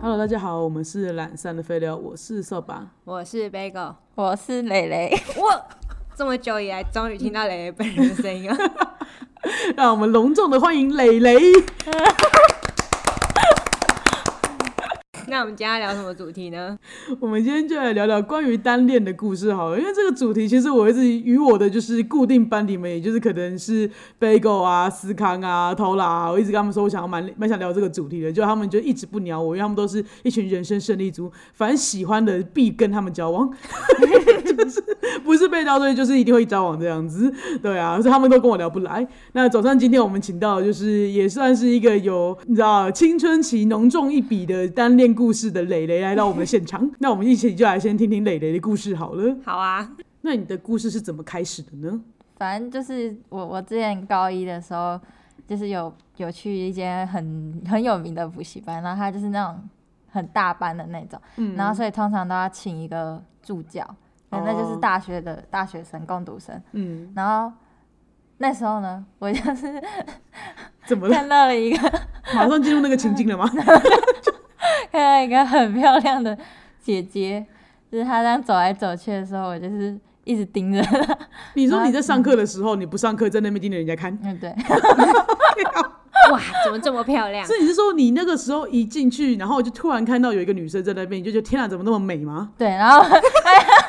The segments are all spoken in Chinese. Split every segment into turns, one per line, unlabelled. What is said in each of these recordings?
Hello，大家好，我们是懒散的废料，我是扫把。
我是 Bagel，
我是蕾蕾，
我这么久以来终于听到蕾蕾本人的声音了。
让我们隆重的欢迎蕾蕾。
那我们今天要聊什么主题呢？
我们今天就来聊聊关于单恋的故事好了，因为这个主题其实我一直与我的就是固定班底们，也就是可能是 Bagel 啊、思康啊、偷啦、啊，我一直跟他们说我想要蛮蛮想聊这个主题的，就他们就一直不鸟我，因为他们都是一群人生胜利组，反正喜欢的必跟他们交往，就是不是被当追就是一定会交往这样子， 对啊，所以他们都跟我聊不来。那早上今天我们请到的就是也算是一个有你知道青春期浓重一笔的单恋故事的蕾蕾来到我们的现场，那我们一起就来先听听蕾蕾的故事好了。
好啊，
那你的故事是怎么开始的呢？
反正就是我我之前高一的时候，就是有有去一间很很有名的补习班，然后他就是那种很大班的那种，然后所以通常都要请一个助教，
哦
那就是大学的大学生共读生，
嗯，
然后。那时候呢，我就是
怎么 了？
看到了一个
马上进入那个情境了吗？
看到一个很漂亮的姐姐，就是她这样走来走去的时候，我就是一直盯着她。
你说你在上课的时候，你不上课在那边盯着人家看，
嗯，对，
哇，怎么这么漂亮？
所以你是说你那个时候一进去，然后就突然看到有一个女生在那边，你就觉得天啊，怎么那么美吗？
对，然后，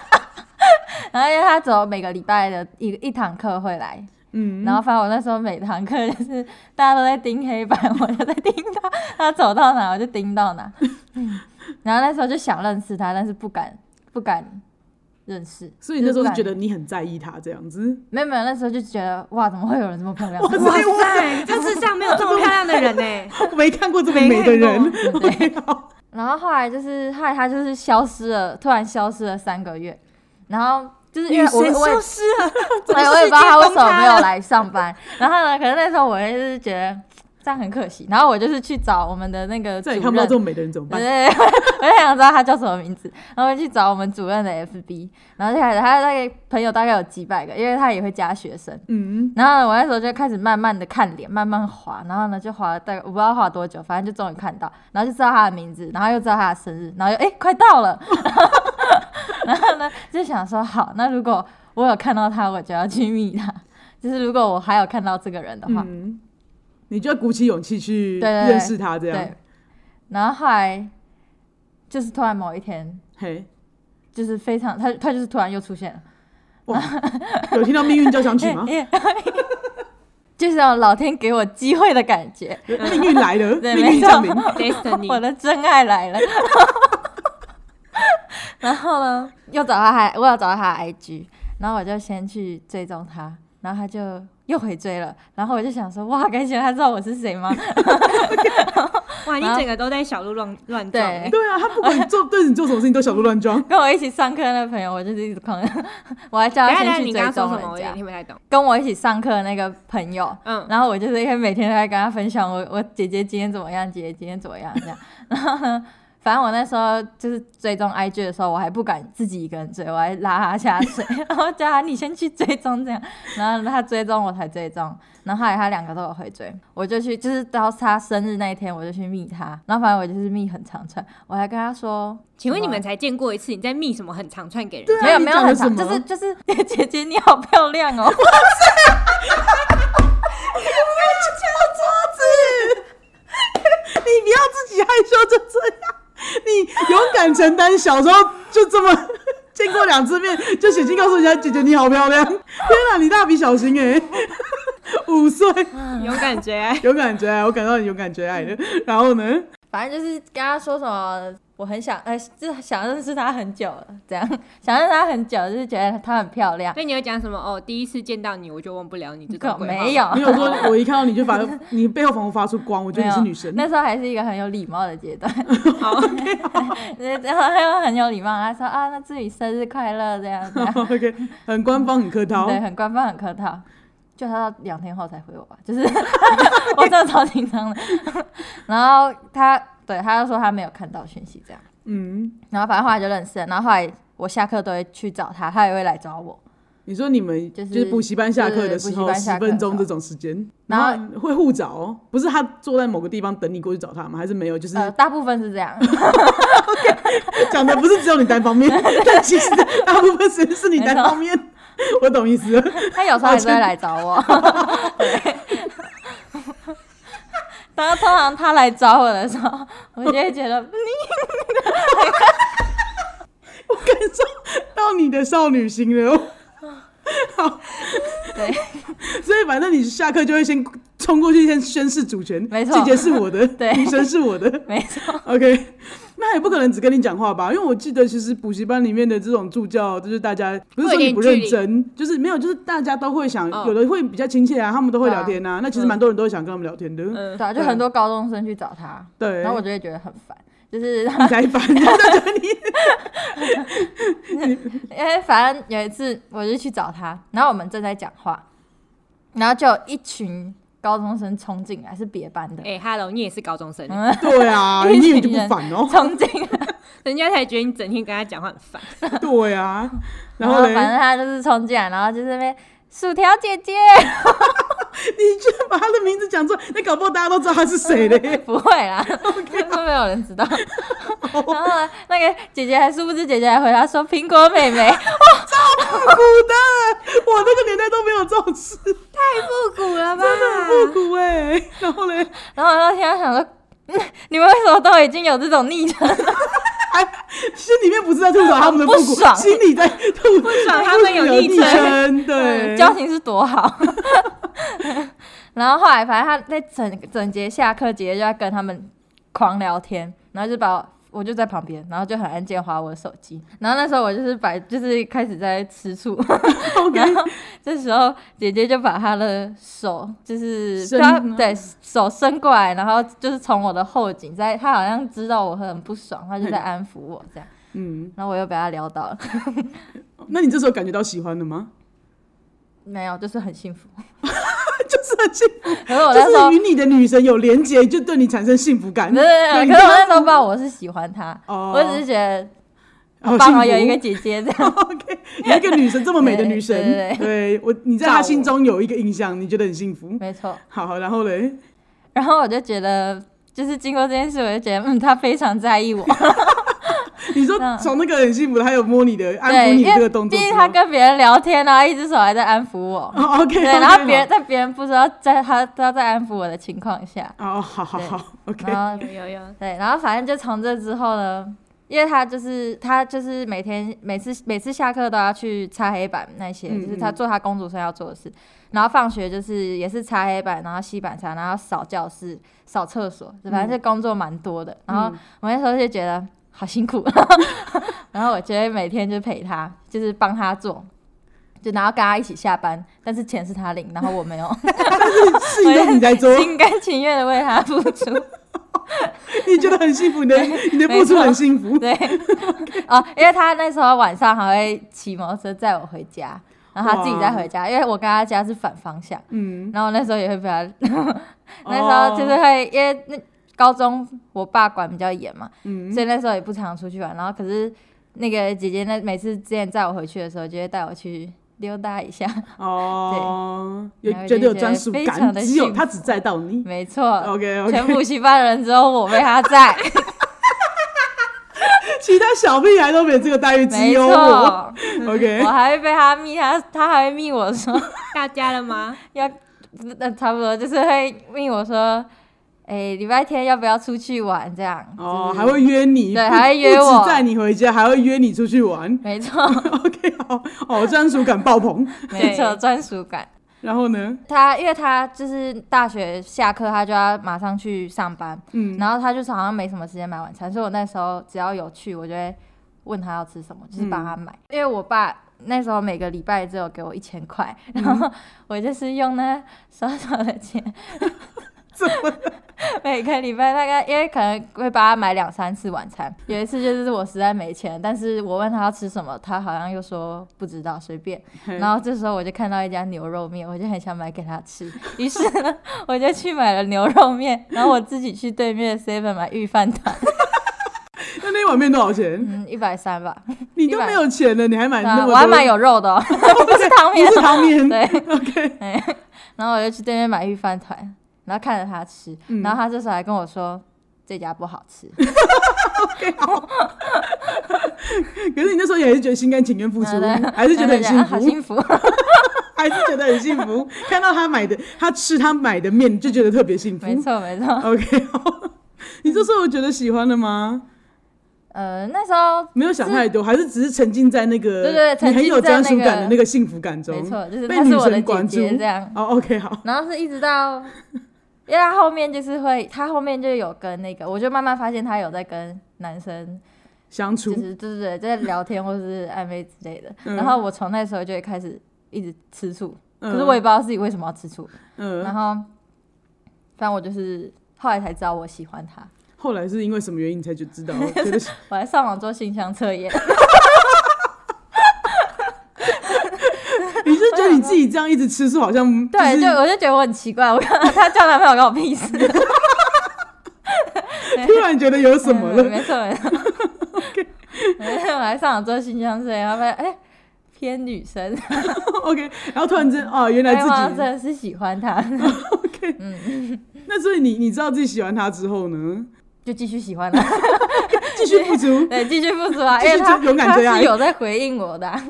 然后因为他走每个礼拜的一一堂课会来，
嗯，
然后反正我那时候每堂课就是大家都在盯黑板，我就在盯他，他走到哪我就盯到哪。嗯，然后那时候就想认识他，但是不敢不敢认识。
所以你那时候是觉得你很在意她这样子，
没有没有，那时候就觉得哇，怎么会有人这么漂亮？
哇
哇塞，这世上没有这么漂亮的人呢。
我 没看过这么美的人。
对不对？
OK，好
然后后来就是后来他就是消失了，突然消失了三个月，然后就是因
女
为我
神
我也
消失了，
对，我也不知道他为什么没有来上班。然后呢，可能那时候我也是觉得这样很可惜，然后我就是去找我们的那个主
再也
任，
看不到这么美的人怎么办？
对， 我就想知道他叫什么名字，然后去找我们主任的 FB，然后就开始他那个朋友大概有几百个，因为他也会加学生。
嗯，
然后呢我那时候就开始慢慢的看脸，慢慢滑，然后呢就滑了大概我不知道滑多久，反正就终于看到，然后就知道他的名字，然后又知道他的生日，然后又哎、诶快到了， 然后呢就想说好，那如果我有看到他，我就要去密他，就是如果我还有看到这个人的话，
嗯，你就要鼓起勇气去
对对对
认识他这样
对。。然后后来就是突然某一天，
嘿，
就是非常他他就是突然又出现了。
有听到命运交响 曲吗？
欸欸就是那种老天给我机会的感觉，
命运来了，
对
命运
没错
降临。
我
Destiny，
的真爱来了。 然后呢，又找到他，我有找到他的 IG，然后我就先去追踪他，然后他就又回追了，然后我就想说，哇，感觉他知道我是谁吗？
哇，你整个都在小鹿乱乱撞欸。
对
对啊，他不管做对你做什么事情都小鹿乱撞。
跟我一起上课的那个朋友，我就是一直狂， 我还叫
等一下等
他
一下，
先去
你刚刚
追
说
踪
什么？我有点
人家。
听不太懂。
跟我一起上课的那个朋友，
嗯，
然后我就是因为每天都在跟他分享我我姐姐今天怎么样，姐姐今天怎么样这样。然后呢，反正我那时候就是追踪 IG 的时候，我还不敢自己一个人追，我还拉他下水， 然后叫他你先去追踪这样。然后他追踪我才追踪，然后后来他两个都有回追，我就去就是到他生日那一天我就去密他，然后反正我就是密很长串，我还跟他说，
请问你
什么
们才见过一次，你在密什么很长串给人？
对啊
没有
你
没有
讲了
很
什
长，
么
就是就是 姐姐你好漂亮哦。
你不要自己害羞就这样，你勇敢承担。小时候就这么 见过两次面，就写信告诉人家姐姐你好漂亮。天哪，你蜡笔小新哎、 五岁
有感觉欸。
有感觉爱，我感到你有感觉爱了。然后呢？
反正就是跟他说什么，我很想，呃，就是想认识他很久了，这样想认识他很久，就是觉得她很漂亮。
那你有讲什么？哦，第一次见到你我就忘不了你这
可
种鬼话
没 有，
没有说，我一看到你就发， 你背后仿佛发出光，我觉
没
得你
有
是女神。
那时候还是一个很有礼貌的阶段，
好，
然后他又很有礼貌，他说啊，那祝你生日快乐这 样这样，
OK，很官方，很客套。
对，很官方很客套。就他到两天后才回我吧，就是 我真的超紧张的。然后他对他就说他没有看到讯息这样，
嗯，
然后反正后来就认识了，然后后来我下课都会去找他，他也会来找我。
你说你们
就是
是补习班下课的时
就是补习
候
班
十
下课的时候
分钟这种时间，
然后
后会互找哦，不是他坐在某个地方等你过去找他吗？还是没有？ 就是
呃，大部分是这样，
讲的不是只有你单 方面，但其实大部分时间是你单方面。我懂意思了，
他有时候还是会来找我。 对，然后通常他来找我的时候，我就会觉得嗯
我感受到你的少女心 了。
对，
所以反正你下课就会先冲过去，先宣誓主权，
没错
季节是我的，
对
女生是我的。
没错，
OK，那也不可能只跟你讲话吧？因为我记得其实补习班里面的这种助教，就是大家不是说你不认真，就是没有，就是大家都会想，
哦
有的会比较亲切啊，他们都会
嗯对啊
聊天啊。那其实蛮多人都会想跟他们聊天的，
嗯
对啊，就很多高中生去找他，
对。
然后我就 会觉得很烦，就是
你才烦，人家觉得你
因为反正有一次我就去找他，然后我们正在讲话，然后就有一群高中生冲进来，是别班的，
哎、h e l l o 你也是高中生，
对啊，你
一
以
群
为就不
人
烦哦？
冲进来，
人家才觉得你整天跟他讲话很烦。
对 啊，然
然
后
后
嘞，
哦反正他就是冲进来，然后就是那边薯条姐姐，
你居然把他的名字讲出来，那搞不好大家都知道他是谁嘞。
不会啦，都没有人知道。 然后呢，那个姐姐还殊不知姐姐还回答说苹果妹妹，
复古的，啊我那个年代都没有这种事，
复古了吧？
啊
复古哎、然后嘞，
然后我那天想说。 嗯你们为什么都已经有这种昵称？
哎，心里面不是在吐槽他们的复
呃不
古，
爽
心里在吐不
爽他们有昵称
称，
嗯
对，
交情是多好。 然后后来，反正他在整整节下课，姐姐就在跟他们狂聊天，然后就把我我就在旁边，然后就很安静地划我的手机。然后那时候我就是摆，就是开始在吃醋。然
OK，
后这时候姐姐就把她的手，就是
伸
她
吗
对手伸过来，然后就是从我的后颈，在她好像知道我很不爽，她就在安抚我这样。
嗯，
然后我又被她撩到了，
那你这时候感觉到喜欢了吗？
没有，就是很幸福。
就是很幸福，
可是我那时
就
候
是与你的女神有连结，就对你产生幸福感。
没有
那
没有，
你
可是
就
我那时候不知道我是喜欢他，
哦
我只是觉得
好
刚
幸
好
福哦
有一个姐姐这样。
OK，有一个女神这么美的女神，
对
对我，你在她心中有一个印象，你觉得很幸福。
没错，
好，然后 嘞，
然后我就觉得，就是经过这件事，我就觉得，嗯，他非常在意我，
你说
嗯
从那个很幸福的，还有摸你的、安抚
对，
你
因
这
为
个动
毕
作之
竟
后，
他跟别人聊天啊，一只手还在安抚我，
哦 OK，
对，然后别人在别人不知道在他他在安抚我的情况下，
哦，好好好，OK，
然后
有有有，
对，然后反正就从这之后呢。因为他就是他就是每天每次每次下课都要去擦黑板那些，
嗯
就是他
嗯
做他公主生要做的事。然后放学就是也是擦黑板，然后吸板擦，然后扫教室、扫厕所，反
嗯
正这工作蛮多的。然后我那时候就觉得好辛苦， 然后我觉得每天就陪他，就是帮他做。就然后跟他一起下班，但是钱是他领，然后我没有，
事情都是你在做
我， 心甘情愿的为他付出。
你觉得很幸福，你的你的付出很幸福，
对，哦，因为他那时候晚上还会骑摩托车载我回家，然后他自己再回家，因为我跟他家是反方向，
嗯，哦
然后那时候也会被他， 那时候就是会、因为那高中我爸管比较严嘛，
嗯
所以那时候也不常出去玩，然后可是那个姐姐那每次之前载我回去的时候，就会带我去。溜达一下，
哦，有
然后
觉
就
得有
觉得
专属
非常
感，
的
只有
幸
他只载到你
没错，
哦，OK
全
OK，
补习班的人只有我被他载，
其他小屁孩都没有这个待遇， 只
没
有我
错，
，OK
我。还会被他密，他他还会密我说
大家了吗？
要，那差不多就是会问我说，哎、礼拜天要不要出去玩？这样
哦，
就是
还会约你，
对
不
还会约
不止
我
载你回家，还会约你出去玩。
没 错，
OK，好，哦，专属感爆棚。
没错，
对
专属感。
然后呢，
他因为他就是大学下课，他就要马上去上班，
嗯，
然后他就是好像没什么时间买晚餐，所以我那时候只要有去，我就会问他要吃什么，就是帮他买。因为我爸那时候每个礼拜只有给我一千块，然后我就是用那少少的钱
怎么？
每个礼拜大概，因为可能会帮他买两三次晚餐。有一次就是我实在没钱，但是我问他要吃什么，他好像又说不知道，随便。
嘿
然后这时候我就看到一家牛肉面，我就很想买给他吃，于是呢，我就去买了牛肉面，然后我自己去对面的 seven 买御饭团，
那那一碗面多少钱？
嗯，一百三吧，
你你都没有钱了，你还买
对啊
那么多？
我还买有肉的、哦， 不是汤面
不
哦，
是汤面
对，
OK，
哎，然后我就去对面买玉饭团，然后看着他吃，
嗯
然后他这时候还跟我说这家不好 吃，
可是你那时候也是觉得心甘情愿付出
对啊对，
还是觉得很幸
然后
福
我就觉得啊好幸福。
还是觉得很幸福。看到他买的，他吃他买的面，就觉得特别幸 福。
没错没错，
OK，好你这时候有觉得喜欢了吗？
呃，那时候
没有想太多，还是只是沉浸在那个
对对对
你很有专属感的
沉浸在那个
那个幸福感中。
没错，就是
被
她
女
是我的
神
姐
管住
姐这样，
哦，OK，好，
然后是一直到，因为他后面就是会，他后面就有跟那个，我就慢慢发现他有在跟男生，
相处
就是对对对，在聊天或是暧昧之类的。
嗯
然后我从那时候就会开始一直吃醋，
嗯
可是我也不知道自己为什么要吃醋。然
嗯，
后，反正我就是后来才知道我喜欢他，
后来是因为什么原因你才就知道？ 觉得
我还上网做性向测验，
你是觉得你自己这样一直吃素，好像
对，
是
就我就觉得我很奇怪，我看他交男朋友跟我屁事，
突然觉得有什么
嗯
了？
没错没错。我还上网做新疆水，然后发现哎、偏女生，
OK，然后突然间哦，原来
哎哇
自
真
己
的是喜欢他， 嗯
那所以你你知道自己喜欢他之后 呢，
就继续喜欢他，
继续付出。
对，继续付出啊，
继
因
续
为他
追勇敢追
他
爱
是有在回应我的啊、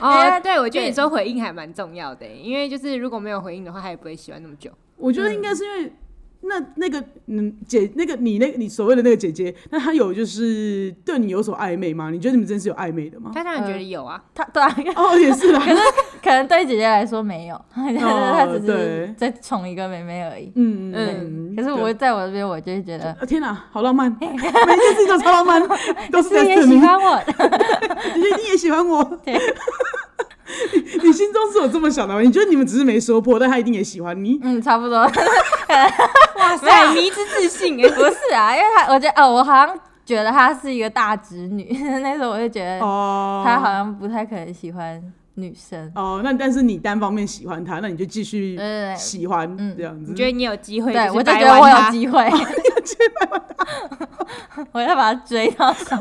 哦，对，我觉得
对
你说回应还蛮重要的，因为就是如果没有回应的话，他也不会喜欢那么久。
我觉得应该是因为那那个嗯姐，那个你那你所谓的那个姐姐，那她有就是对你有所暧昧吗？你觉得你们真是有暧昧的 吗？
他当然觉得有啊，
他对啊，
哦，也是啦，
可能对姐姐来说没有，他只
哦对
是在宠一个妹妹而已。
嗯
嗯
嗯。
可是我在我这边，我就会觉得
啊天哪、好浪 漫，每一件事情都超浪漫，都是
是
在
也
证
喜
明
欢我，
你觉得你也喜欢我。
对
你心中是有这么想的吗？你觉得你们只是没说破，但他一定也喜欢你。
嗯，差不多。
呃哇塞，迷之自信 哎，
不是啊，因为他，我觉得哦，我好像觉得她是一个大直女， 那时候我就觉得
哦，
她嗯好像不太可能喜欢女生。
哦，那但是你单方面喜欢他，那你就继续
对对对
喜欢
嗯
这样子。
你觉得你有机会？
对，我
是
就觉
掰
得我
弯他
有机会， 我要把她追到手。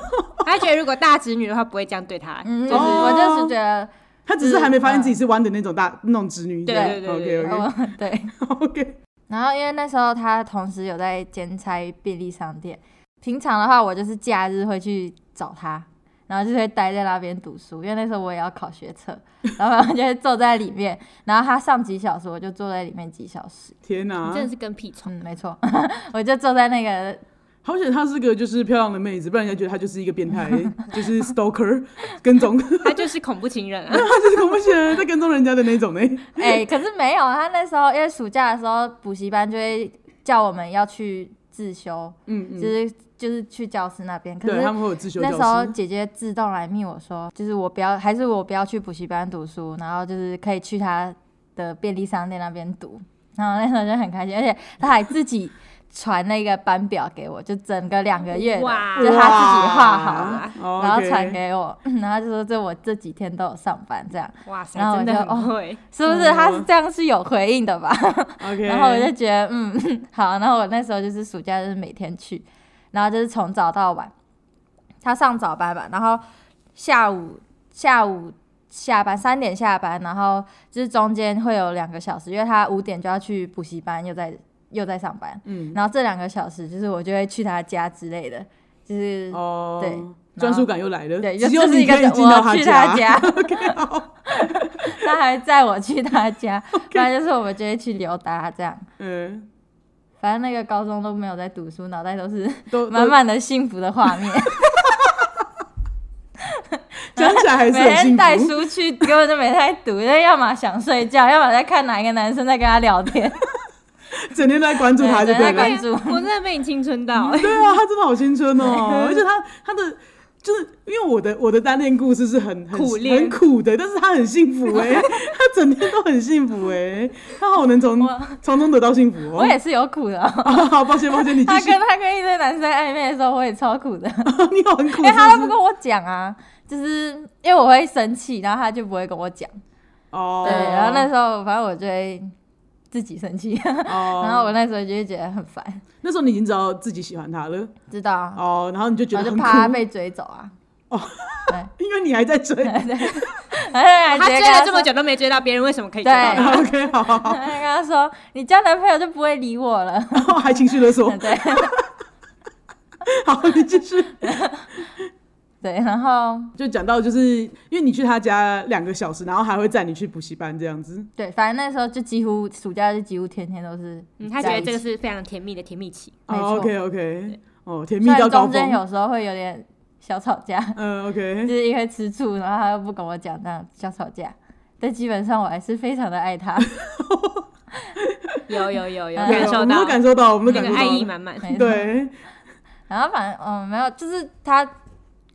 他觉得如果大侄女的话，不会这样对他。
嗯，就是
就是
哦
我就是觉得
他只是还没发现
嗯
自己是弯的那种大那种直女。
对对对对对
OK
我对。哦
OK OK。
然后因为那时候她同时有在兼差便利商店，平常的话我就是假日会去找她，然后就会待在那边读书，因为那时候我也要考 学测，然后我就会坐在里面，然后她上几小时，我就坐在里面几小时。
天哪、
你真的是跟屁 虫。
嗯，没错， 我就坐在那个
好险她是个就是漂亮的妹子，不然人家觉得她就是一个变态，欸就是 stalker 跟踪，她
他就是恐怖情人啊！
就是恐怖情人在跟踪人家的那种呢。欸
哎、可是没有，他那时候因为暑假的时候，补习班就会叫我们要去自修，
嗯
就
嗯，
是就是去教室那边。可
对，他
是
们会有自修
那时候
教室。
姐姐自动来密我说，就是我不要，还是我不要去补习班读书，然后就是可以去她的便利商店那边读。然后那时候就很开心，而且她还自己传那个班表给我，就整个两个月的，
哇
就她自己画好的。
哇
然后
OK
传给我， 然后就说这我这几天都有上班，这样
哇塞，
然后我
真的
就
很会。
是不是？他是这样是有回应的吧？
OK，
然后我就觉得嗯 好，然后我那时候就是暑假就是每天去，然后就是从早到晚，他上早班吧，然后下午下午下班三点下班，然后就是中间会有两个小时，因为他五点就要去补习班，又在又在上班，
嗯
然后这两个小时就是我就会去他家之类的，就是、
哦，
对
专属感又来了，
对，就
只
就
有
是一
你
个
可以进到
我去
家。
他家， 他还载我去他家，不然就是我们就会去溜达这样。
嗯，
反正那个高中都没有在读书，脑袋都 是
都
满满的幸福的画面，
都讲起来还是
每
很
天
幸
带
福。
书去，根本就没在读，因为要么想睡 觉，要么在看哪一个男生在跟他聊天，
整天都在关注他就
对
对
在
了。
关注。
我真的被你青春到，
对啊，他真的好青春 哦，而且他他的。就是因为我的我的单恋故事是很很
苦恋
很苦的，但是他很幸福 哎、他整天都很幸福哎、他好能从从中得到幸福哦、
我也是有苦的哦、
啊， 好抱歉抱歉，你继
他
续，
跟他跟一堆男生暧昧的时候，我也超苦的，
你好很苦是不
因为
是，
哎他都不跟我讲啊，就是因为我会生气，然后他就不会跟我讲。
哦，
对，然后那时候反正我就会自己生气，
哦，
然后我那时候就会觉得很烦，
那时候你已经知道自己喜欢他了
知道啊，
哦，然后你就觉
我
得
就
很
怕 他
苦，
被追走啊。
哦
对，
应因为你还在 追。
哎，
他
直接
追
跟
了这
说
么久都没追到别人，为什么可以追到
对
他？
OK，好好好，
然后跟 他说：“你交男朋友就不会理 我了。
然后还情绪勒”索。
对
好，你继续。
对，然后
就讲到就是因为你去他家两个小时，然后还会载你去补习班这样子。
对，反正那时候就几乎暑假就几乎天天都是
嗯，他觉
在
得
一起。
这个是非常甜蜜的甜蜜期。
没
哦
错
OK OK，哦，甜蜜
虽然
到高
中间
峰。
有时候会有点小吵架，
嗯
就
OK，
是因为吃醋，然后他又不跟我讲，那样小吵架。但基本上我还是非常的 爱他，
有有有有
嗯
感
对我
受
们
到
都感受到，我们都
那
感受
个爱意
到。
满满。
没错。
对，
然后反正嗯没有，就是他可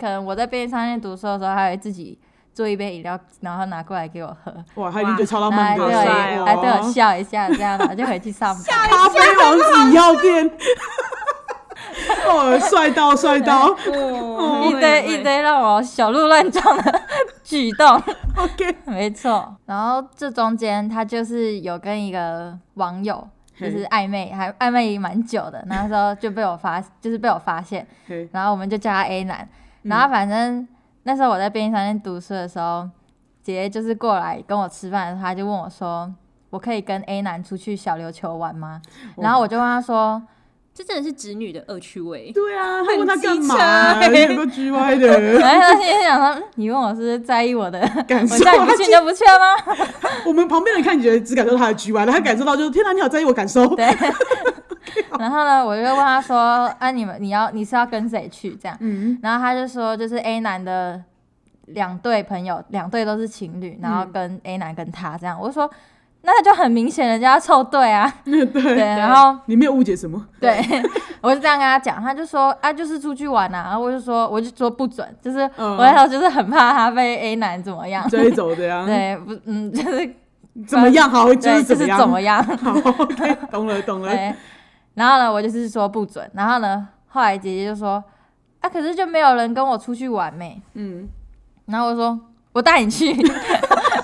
能我在便利商店读书的时候，他会自己做一杯饮料，然后拿过来给我喝，
哇，他已经觉得超浪
然后还
漫
对
的，
我
好帅哦
还哎对我
哇
笑一下，这样然后就回去上班。
咖啡王子药店， 哦，帅到帅到
哦
一堆一堆让我小鹿乱撞的 举动，
，OK，
没错。然后这中间他就是有跟一个网友就
嘿
是暧昧，还暧昧蛮久的，那时候就被我发，就是被我发现，
嘿
然后我们就叫他 A 男。然后反正那时候我在便利商店读书的时候，姐姐就是过来跟我吃饭的时候，她就问我说：“我可以跟 A 男出去小琉球玩吗？”
哦
然后我就问她说
这真的是直女的恶趣味。
对啊，他问他干
很
嘛？
机车
有个 G Y：“ 的
然后她心里想说，嗯你问我是不是在意我的？
感
我
受，
叫你不
他
去你就不去了吗
我们旁边人看，你觉得只感受到他的 G Y，他感受到就是天哪，你好在意我感受？”，
对。 然后呢，我就问她说：“啊，你们你要你是要跟谁去？”这样，
嗯，
然后他就说，就是 A 男的两对朋友，两对都是情侣，然后跟 A 男跟他这样，我就说，那他就很明显人家要凑对啊， 对，
对，
然后
你没有误解什么？
对， 我就这样跟他讲，他就说啊，就是出去玩啊，然后我就说，我就说不准，就是
嗯
我那时候就是很怕他被 A 男怎么样，
追走的呀，
对，不，嗯，就是
怎么样？好，就
对，
是
就是
怎么
怎么
样？
样，
好，OK，懂了，懂了。
对，然后呢，我就是说不准，然后呢，后来姐姐就说，啊，可是就没有人跟我出去玩没、
嗯，
然后我说我带你去，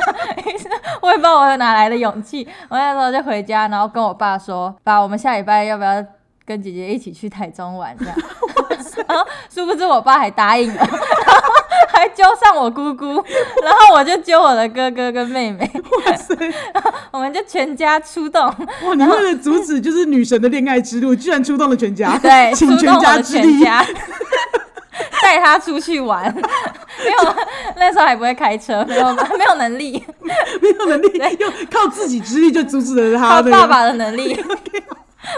我也不知道我哪来的勇气。我那时候就回家，然后跟我爸说，爸，我们下礼拜要不要跟姐姐一起去台中玩？这样， 然后殊不知我爸还答应了，然后还揪上我姑姑，然后我就揪我的哥哥跟妹妹，
哇塞，
我们就全家出动，
哇！你为了阻止就是女神的恋爱之路，居然出动了全家，
对， 出
请
动
全
我
家
的
之
全
力，
家。 带他出去玩，因为我那时候还不会开车，没有没有能力。
没有能力，又靠自己之力就阻止了 他
靠
的
爸爸的能力。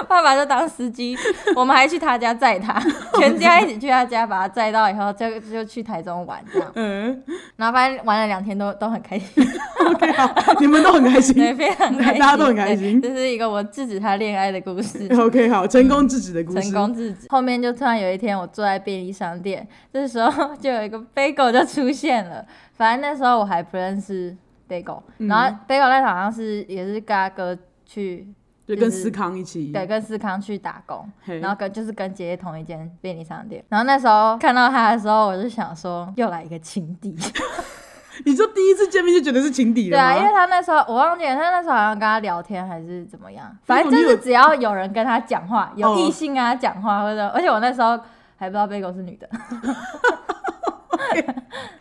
爸爸就当司机，我们还去他家载他，全家一起去他家把他载到以后，就就去台中玩这样。
嗯
然后发现玩了两天都都很 开心，
，OK，好，你们都很开心
对，非常开心，
大家都很开心
对这是一个我制止他恋爱的故事，
，OK，好，成功制止的故事，
成功制止。后面就突然有一天，我坐在便利商店，这时候 就有一个 Bagel 就出现了。反正那时候我还不认识 Bagel，、然后 Bagel 那时候好像是也是跟他哥去
就跟思康一起，
对，跟思康去打工
嘿，
然后跟就是跟姐姐同一间便利商店。然后那时候看到他的时候，我就想说，又来一个情敌。
你就第一次见面就觉得是情敌
对
了
啊，因为
吗？
他那时候我忘记了，他那时候好像跟他聊天还是怎么样，反正
你
就
有
是只要有人跟他讲话，有
哦
异性跟他讲话，或者而且我那时候还不知道贝狗是女的。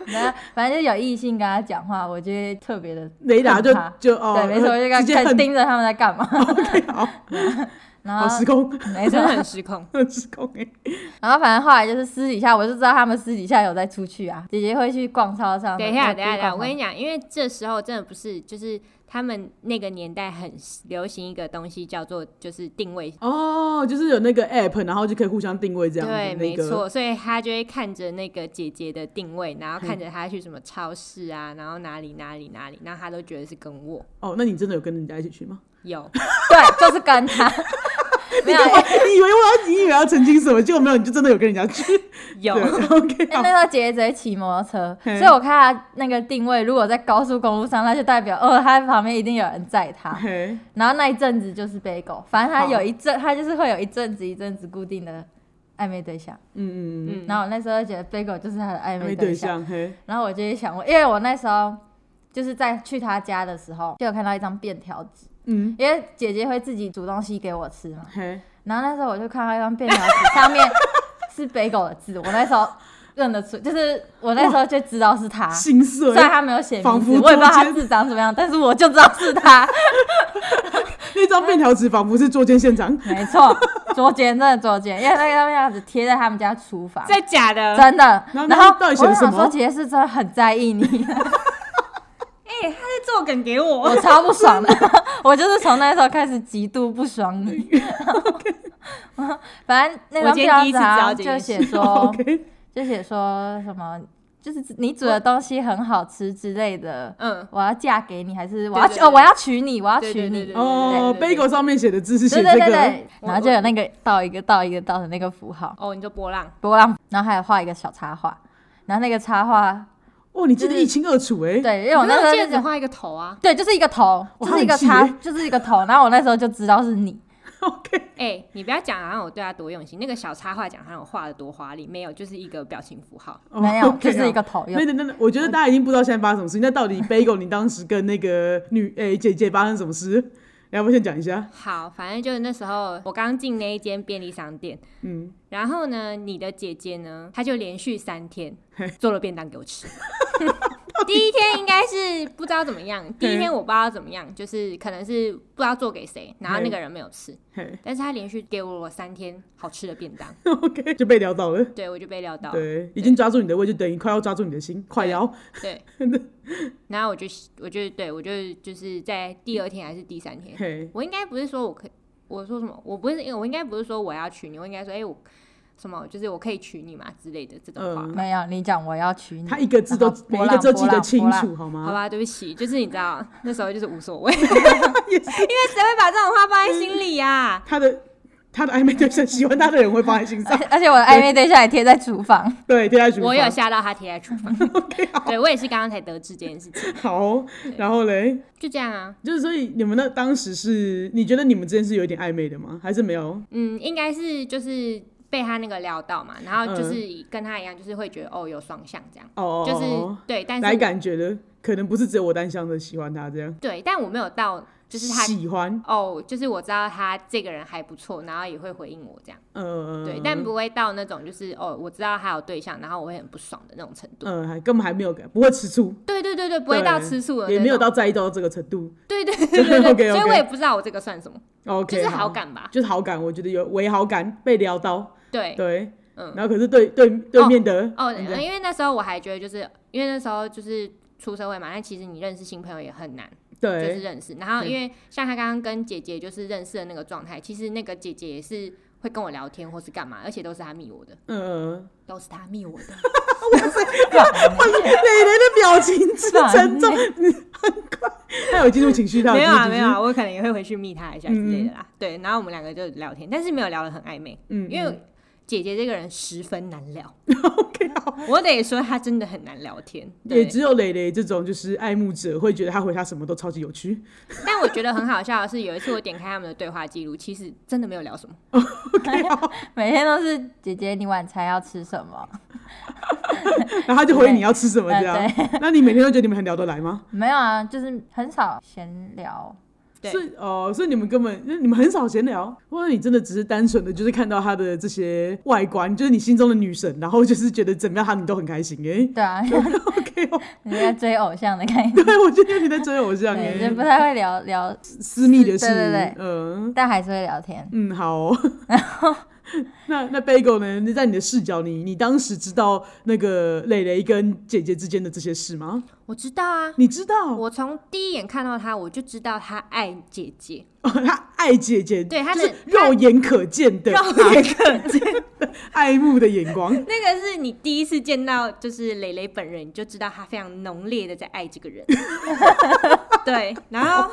然后反正就有异性跟他讲话，我就会特别的
雷达就
他
就哦，
对，没错，我就
直接
看
很
盯着他们在 干嘛。
OK，好，
然
好
后
失控，
没 错
真，的很失 控。
很失控哎，
然后反正后来就是私底下，我就知道他们私底下有在出去啊。姐姐会去逛操场。
等一下，等一下，等一下，我跟
你
你讲，因为这时候真的不是，就是他们那个年代很流行一个东西叫做就是定位，
哦，就是有那个 app，然后就可以互相定位这样子，
对，
那
没
个
错，所以他就会看着那个姐姐的定位，然后看着她去什么超市啊，然后哪里哪里哪里，那他都觉得是跟我
哦，那你真的有跟人家一起去吗？
有，
对，就是跟 他没 有。哎
你以为我要你以为要澄清什么，结果没有，你就真的有跟人家去，
有
对，OK，
那
好
时候姐姐直接骑摩托车，
嘿
所以我看她那个定位，如果在高速公路上，那就代表哦，她旁边一定有人载她。
，OK，
然后那一阵子就是背狗，反正她
好
有一阵，她就是会有一阵子一阵子固定的暧昧对象。
嗯嗯嗯，
嗯，
然后我那时候就觉得背狗就是她的暧
暧
昧
昧
对
对
象。
象，嘿，
然后我就会想问，因为我那时候就是在去他家的时候，就有看到一张便条纸，
嗯，
因为姐姐会自己煮东西给我吃嘛。
嘿，
然后那时候我就看到一张便条纸，上面是北狗的字，我那时候认得出，就是我那时候就知道是他。
心碎
虽。然他没有写
仿
名字，
佛
我也不知道
捉
他
奸
字长什么样，但是我就知道是他，
那张便条纸仿佛是捉奸现场，
没错，捉奸真的捉奸，因为那个样子贴在他们家厨房，
真的假的？
真的。
那
然
那
后
到
我
底
就
写了什
想
么
说，姐姐是真的很在意你，
哎、他在做梗给我
我超不爽 的，我就是从那时候开始极度不爽你。反正那
我
张
今天第一
票
次
子
知道
啊，
这件
就
事
写 说
哦 OK，
就写说什么，就是你煮的东西很好吃之类的。
嗯，
我要嫁给你，还是我
对
要
对
娶哦？
对
我要娶你，我要
对
娶
对对
你
对。
哦
对对对
，bagel 上面写的字是写
对
这
对对
个，
对，
我
然后就有那个倒一个倒一个倒的那个符号，
哦，你就波浪，
波浪，然后还有画一个小插画，然后那个插画，
哇，你记得一清二楚哎，
对，因为我
你
那
没
时
有
候
见
就
只
是
画一个头啊。
对，就是一个头，
哇
就是一个
很细
插
耶，
就是一个头，然后我那时候就知道是你，
，OK，
哎、你不要讲好像我对他多用心，那个小插画讲好像我画的多华丽，没有，就是一个表情符号。
哦
没有，
OK
就是一个
啊
头，有
那那那，那我觉得大家已经不知道现在发生什么事。那到底 Bagel 你当时跟那个女诶、姐姐发生什么事？要不要先讲一下？
好，反正就是那时候我刚进那一间便利商店，
嗯，
然后呢，你的姐姐呢，她就连续 三天做了便当给我吃。 第一天应该是不知道怎么样，第一天我不知道怎么样，就是可能是不知道做给谁，然后那个人没有吃，
嘿
但是她连续给我三天好吃的便当，
，OK，就被撩到了。
对我就被撩到，对，
对，已经抓住你的胃，就等于快要抓住你的心，快要。
然后我就我就对我就就是在第二天还是第三天，
嘿，
我应该不是说我可以，我说什么，我不是我应该不是说我要娶你，我应该说哎、我什么就是我可以娶你嘛之类的这种话。
嗯
没有，你讲我要娶你，
他一个字都
然后
每
波
一
浪
个字都记
波
得
浪
清
波浪
楚，好
好
吗？
吧，对不起，就是你知道，那时候就是无所谓，因为谁会把这种话放在心里 呀、
他的他的暧昧对象喜欢他的人会放在心
而
上，
且而且我的暧昧对象也贴在厨房，
对，贴在厨
我有
房。
吓到他贴在厨房， 对我也是刚刚才得知这件事情，
好，然后嘞，
就这样啊，
就是所以你们那当时是你觉得你们之间是有点暧昧的吗？还是没有？哦
嗯，应该是就是被他那个撩到嘛，然后就是跟他一样，就是会觉得哦有双向这样，
哦哦，
就是
哦
对，但是
来
我
感觉的，可能不是只有我单向的喜欢他这样，
对，但我没有到就是他
喜欢，
哦，就是我知道他这个人还不错，然后也会回应我这样，
呃，
对，但不会到那种就是哦我知道他有对象，然后我会很不爽的那种程度，
呃，还根本还没有不会吃醋，
对对对对，不会到吃醋的那种，
也没有到在意到这个程度。
对对对对
OK，OK
对，所以我也不知道我这个算什么，
OK，
就是好，感吧。
就是好感，我觉得有为好感被撩到，
对，
对，
嗯
然后可是对对对面的
哦，
你的
因为那时候我还觉得，就是因为那时候就是出社会嘛，但其实你认识新朋友也很难，就是
对
认识。然后
嗯
因为像他刚刚跟姐姐就是认识的那个状态，其实那个姐姐也是会跟我聊天或是干嘛，而且都是他密我的，
呃，
都是他密我的。
磊 磊的表情之沉 重，你很快，他有进入情绪到
没有啊，
就是
没有啊，我可能也会回去密他一下之类的啦。对，然后我们两个就聊天，但是没有聊得很暧昧，
嗯，
因为姐姐这个人十分难聊，
OK 好。
我得说她真的很难聊天。对。
哦也只有磊磊这种就是爱慕者会觉得他回他什么都超级有 趣，
但我觉得很好笑的是，有一次我点开他们的对话记录，其实真的没有聊什么，
每天都是姐姐，你晚餐要吃什么？
然后他就回你要吃什么
呃
这样。那你每天都觉得你们很聊得来吗？
没有啊，就是很少闲聊，
对
所以哦，所以你们根本，那你们很少闲聊，或者你真的只是单纯的就是看到她的这些外观，就是你心中的女神，然后就是觉得怎么样，她你都很开心哎、
对啊，
OK 哦，
你在追偶像的感觉，
对我觉得你在追偶像哎、
对，就不太会聊聊，
私密的事，
对对对
嗯
但还是会聊天。
嗯，好、哦。那那 Bagel 呢？你在你的视角你你当时知道那个蕾蕾跟姐姐之间的这些事吗？
我知道啊，
你知道，
我从第一眼看到他，我就知道他爱姐姐，
哦她爱姐姐，
对她
就
的
是肉眼可见 的
肉眼可见。
爱慕的眼光。
那个是你第一次见到，就是蕾蕾本人，你就知道她非常浓烈的在爱这 个人。对，然后，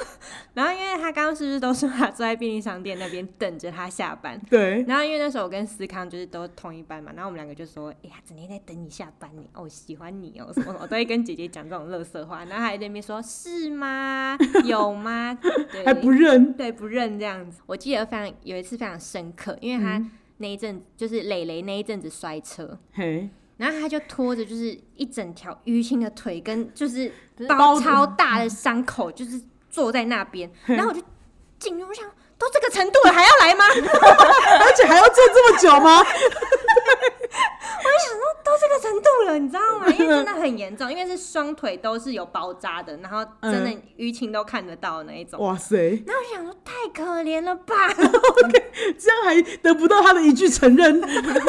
然后因为他刚刚是不是都说他坐在便利商店那边等着他下班？
对，
然后因为那时候我跟思康就是都同一班嘛，然后我们两个就说，哎、呀，整天在等你下班呢，哦，我喜欢你哦，什么什么，我都会跟姐姐讲这种乐色话，然后还在那边说，是吗？有吗？ 对，
还不认，
对不认这样子。我记得非常有一次非常深刻，因
嗯
为他那一阵、就是磊磊那一阵子摔车，
嘿，
然后他就拖着就是一整条淤青的腿跟就是
不是
包
包
超大的伤口，就是坐在那边，然后我就进入我想。都这个程度了，还要来吗？
而且还要做这么久吗？
都这个程了，你知道吗？因为真的很严重，因为是双腿都是有包扎的，然后真的淤青都看得到的那一 种。
哇塞，
然后我想说，太可怜了吧？
这样还得不到他的一句承认，
然后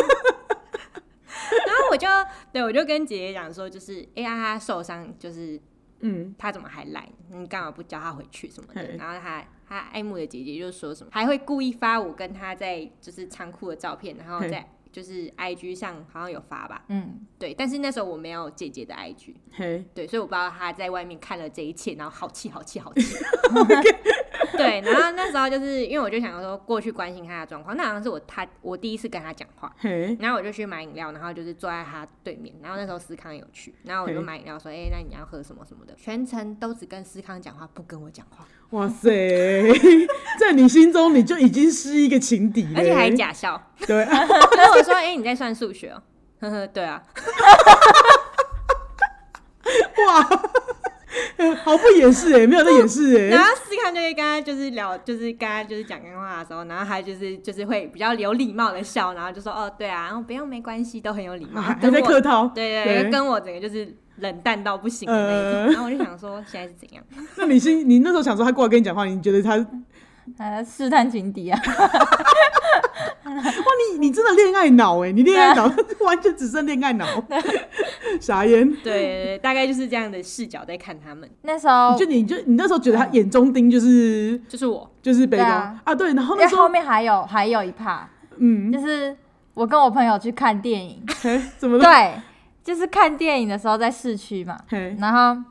我就对我就跟姐姐讲说，就是哎呀，他受伤，就是
嗯，
他怎么还来？你干嘛不叫他回去什么的
嘿？
然后他他爱慕的姐姐就说什么，还会故意发我跟他在就是仓库的照片，然后
嘿
在就是 IG 上好像有发吧？
嗯，
对，但是那时候我没有姐姐的 IG，
嘿，
对，所以我不知道他在外面看了这一切，然后好气好 气 好气。对，然后那时候就是因为我就想说过去关心他的状况，那好像是我他我第一次跟他讲话，
嘿，
然后我就去买饮料，然后就是坐在他对面，然后那时候思康有去，然后我就买饮料说，哎、那你要喝什么什么的，全程都只跟思康讲话，不跟我讲话，
哇塞， 在你心中你就已经是一个情敌了，
而且还假笑，
对，
就是我说，哎、你在算数学哦、呵呵，对啊，
毫不掩饰哎，没有在掩饰
然
哎，
后思康就会跟他就是聊，就是跟他就是讲干话的时候，然后他就是就是会比较有礼貌的笑，然后就说哦对啊，然后不用没关系，都很有礼貌，
啊还
跟
在
嗯我
客套，
对对，跟我整个就是冷淡到不行的那一种。
呃
然后我就想说现在是怎样？
那你心你那时候想说他过来跟你讲话，你觉得他
他在试探情敌啊，
哇，你你真的恋爱脑哎、你恋爱 脑完全只剩恋爱脑，傻眼。
对对对，大概就是这样的视角在看他们，
那时候
哦
你就你就你那时候觉得他眼中钉就是
就是我。
就是北
对
高
啊
啊对，然后
因为
那时
后
候
面还有还有一 part，
嗯，
就是我跟我朋友去看电 影，
嘿，怎么了？
对，就是看电影的时候在市区嘛，
嘿，
然后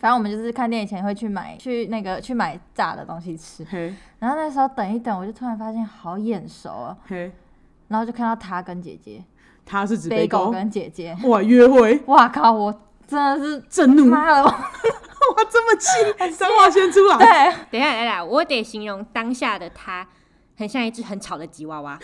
反正我们就是看电影前会去买去那个去买炸的东西吃，
嘿，
然后那时候等一等，我就突然发现好眼熟哦，
嘿，
然后就看到他跟姐姐，
他是指
北
北
狗
高，
跟姐姐，
哇，约会
哇靠，我真的是
震怒， 哇，
妈的，我
这么气，脏话先出来，
对，
等一下，等一下，我得形容当下的他。很像一只很吵的吉娃 娃，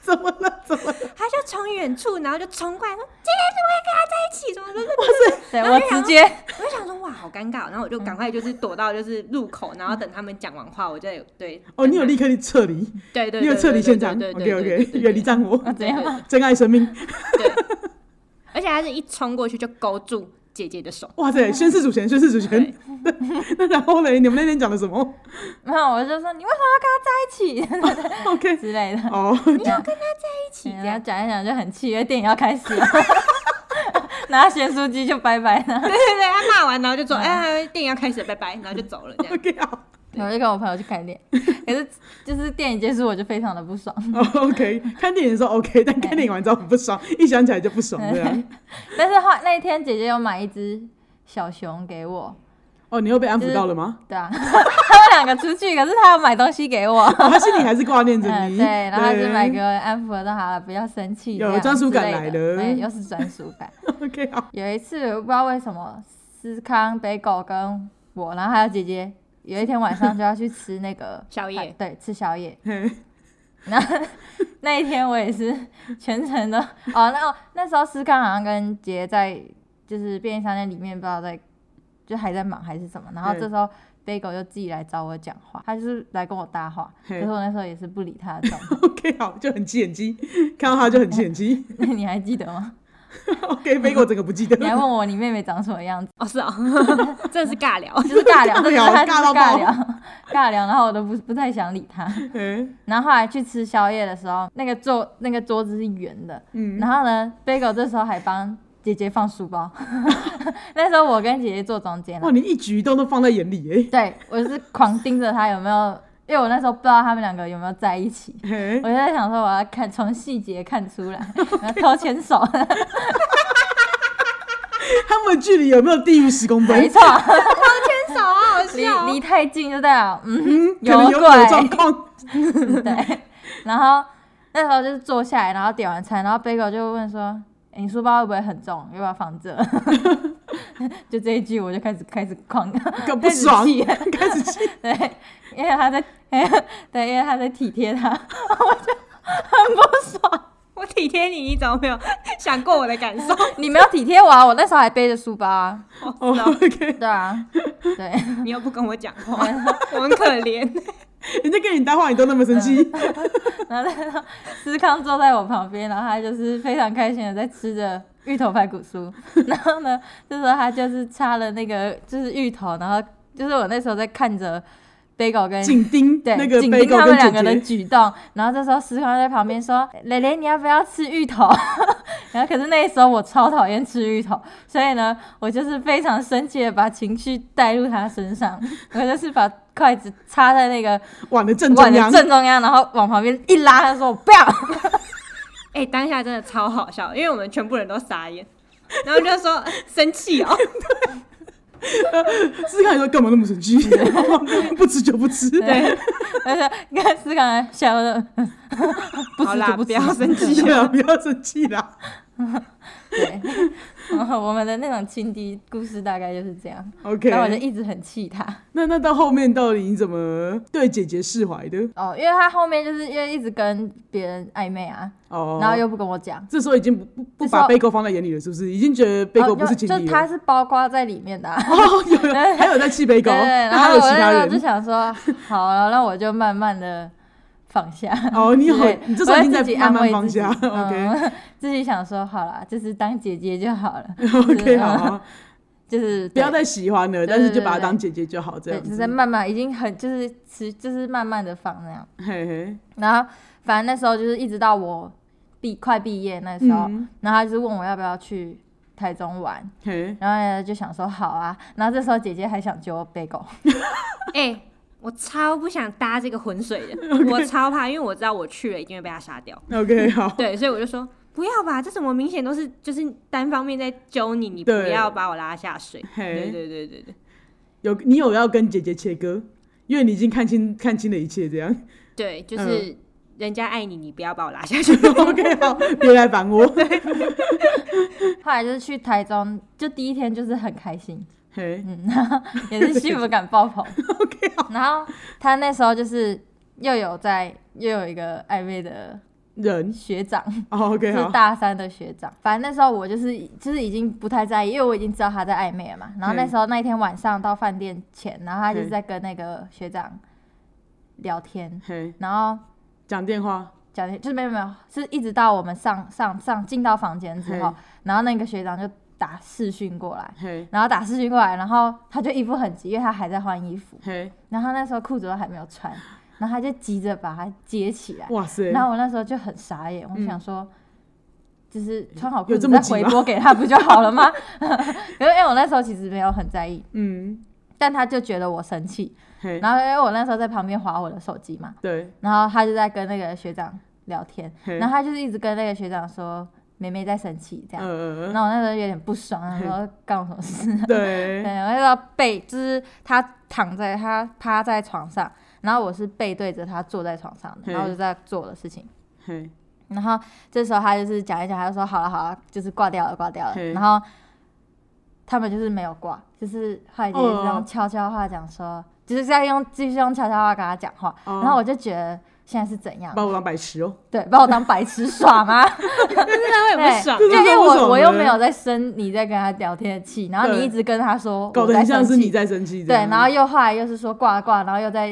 怎么了？怎么了？
他就从远处，然后就冲过来说：“姐姐怎么会跟他在一起？”什么什么什么
对
然后
我
就
直接
我就想说哇，好尴尬，然后我就赶快就是躲到就是路口，然后等他们讲完话，我就有对
哦，你有立刻撤离，
对对，
你有
对
撤离
对
现场
对
，OK
对对
OK，远离战火，
我怎
对
样？
珍爱生命，
对，而且他是一冲过去就勾住姐姐的手，
哇塞，宣誓主权，宣誓主
对
权。 那然后嘞，你们那天讲的什么
没有，我就说你为什么要跟他在一起
？OK，
之类的。
哦，
一起这
然 后
样，
讲一讲就很气，因为电影要开始了， 拿咸酥鸡就拜拜了。
对对对，他骂完然后就说，哎，电影要开始了，拜拜，然后就走了这 样。
OK，好。
我就跟我朋友去看电影，可是就是电影结束我就非常的不爽，
哦 OK，看电影的时候 OK，但看电影完之后很不爽，一想起来就不爽这样。
但是后那一天姐姐有买一只小熊给我，
哦，你又被安抚到了吗？
对啊， 他们两个出去，可是他要买东西给我，
哦他心里还是挂念着
嗯
你。
对，然后他就买给我安抚到好了，不要生气，
有
这样
专属感
之类的
来了
对，又是专属感。
OK，好，
有一次我不知道为什么，思康、北狗跟我，然后还有姐姐，有一天晚上就要去吃那 个啊
宵夜
对，吃宵夜。
嘿
然后那一天我也是全程都哦， 那哦那时候思康好像跟姐在就是便利商店里面不知道在就还在忙还是什么，然后
对
这时候 Bagel 就自己来找我讲话，他就是来跟我搭话，可
嘿
是我那时候也是不理他的 状态
OK，好，就很气很气， 看到他就很气很气。
那你还记得吗？
OK，飞过整个不记得
你。还 问我你妹妹长什么样子，
哦，是哦， 真的是 尬聊，
就是尬聊，
尬
就是
聊
他就是
尬到
尬
爆
聊， 尬聊，然后我都不不太想理他。
嘿
然后后来去吃宵夜的时候，那个桌那个桌子是圆的，
嗯，
然后呢，Bagel 这时候还帮姐姐放书包， 那时候我跟姐姐坐中间了啊
哇，，你一举一动都放在眼里
对我就是狂盯着她有没有，因为我那时候不知道他们两个有没有在一起，
哎。 嘿
我就在想说我要看从细节看出 来，然后偷牵手，
他们距离有没有低于十公
没
分？
错，
牵手啊，好
离
笑
离。太近就代表嗯
可能有
鬼，
有状况。
对，然后那时候就是坐下来，然后点完餐，然后 Bagel 就问说：“诶你书包会不会很重？要不要放这？” 就这一句我就开始开始狂，
更不爽
开始气，
开始 气，
对，因为他在， 对，因为他在体贴他，
我体贴你，你怎么没有想过我的感受？
你没有体贴我啊，我那时候还背着书包啊，
哦
是哦
OK，
对啊，对，
你又不跟我讲话，我很可怜。
人家跟你搭话，你都那么生气，
嗯然后思康坐在我旁边，然后他就是非常开心的在吃着芋头排骨酥。 然后呢，就说他就是插了那个就是芋头，然后就是我那时候在看着 bagel 跟
紧盯
对
那个
紧
杯
盯
狗
他们两个
跟
的
姐姐，
举动，然后这时候思康在旁边说：“蕾蕾，你要不要吃芋头？” 然后可是那时候我超讨厌吃芋头，所以呢，我就是非常生气的把情绪带入他身上，我就是把筷子插在那个
碗的正
碗
中
的
央，
正中央，然后往旁边一拉，他说：“我不要。”
哎、当下真的超好笑，因为我们全部人都傻眼，然后就说呃生气哦，
思考你说干嘛那么生 气？ 不吃就不吃，
对，而且看思康笑的，不
好
吃
啦
就不
不
吃，
要生 气
气啊，不要生气啦。
对，然后 我们的那种情敌故事大概就是这样。
OK，
然后我就一直很气他。
那那到后面到底你怎么对姐姐释怀的？
哦，因为他后面就是因为一直跟别人暧昧啊，
哦，
然后又不跟我讲，
这时候已经不不不
这时候
把贝狗放在眼里了，是不是？已经觉得贝狗不
哦
是情
就就
敌
他
了。
是包括在里面的、 啊。
哦，有有，还有在气贝狗，哦
对对，
那
然
还
后
有
我
其他
那时候就
人。
想说，好了，那我就慢慢的放下。
哦，你好
对，
你这时候
我
已
会
经在
自己
慢
安
慢
慰
放
自己
下。OK
嗯，自己想说好了，就是当姐姐就好了，
OK，好
啊
好，
就是
不要
对
再喜欢了，
对
但是就把她
对对
当姐姐就好，这
对，
样
就是
子
在。慢慢已经很就是持就是慢慢的放那样。
嘿嘿，
然后反正那时候就是一直到我毕快毕业那时候，
嗯，
然后他就是问我要不要去台中玩，
嘿，
然后呢就想说好啊，然后这时候姐姐还想揪 bagel，
哎、我超不想搭这个浑水的，我超怕，因为我知道我去了一定会被他杀掉，
嗯 OK，好，
对，所以我就说。不要吧，这怎么明显都是就是单方面在揪你，你不
对
要把我拉下水。
嘿
对对对对对，
有你有要跟姐姐切割，因为你已经看清看清了一切，这样。
对，就是人家爱你，你不要把我拉下去。
OK，好，别来烦 我。
后来就是去台中，就第一天就是很开心，
嘿
嗯，然后也是幸福感爆 棚。
，OK，好，
然后他那时候就是又有在又有一个暧昧的
人
学长，
哦，OK，
是
好，
大三的学长。反正那时候我就是就是已经不太在意，因为我已经知道他在暧昧了嘛。然后那时候那一天晚上到饭店前，然后他就是在跟那个学长聊天，
嘿，
然后
讲电话，
讲就是没有没有，是一直到我们上上上进到房间之后
嘿，
然后那个学长就打视讯过来，
嘿，
然后打视讯过来，然后他就一副很急，因为他还在换衣服，
嘿，
然后他那时候裤子都还没有穿，然后他就急着把它接起来。
哇塞，
然后我那时候就很傻眼，
嗯
我想说，就是穿好
有
裤子
这么
再
急
回
吗
拨给他不就好了吗？ 因为因为我那时候其实没有很在意，
嗯，
但他就觉得我生气，
嘿，
然后因为我那时候在旁边划我的手机嘛，
对，
然后他就在跟那个学长聊天，
嘿
然后他就是一直跟那个学长说梅梅在生气这
嗯
样，
嗯
那我那时候有点不爽，然后说干我什么事 啊？
嗯，
对，
对，
我那时候背就是他躺在他趴在床上，然后我是背对着他坐在床上的，然后我
嘿
就在做我的事情。
嘿，
然后这时候他就是讲一讲，他就说好了好了，就是挂掉了挂掉了
嘿。
然后他们就是没有挂，就是后来就是
哦
用悄悄话讲说，就是在用继续用悄悄话跟他讲话。
哦
然后我就觉得现在是怎样？
把我当白痴哦，
对，把我当白痴 耍吗？
真啊的会很不 爽。
对
就
这个
是
不爽
我我又
的
没有在生你在跟他聊天的气，然后你
对
一直跟他说
搞
我
得
在
很像
生
是你
气，
在生气这
对，
样，
然后又后来又是说挂了挂了，然后又在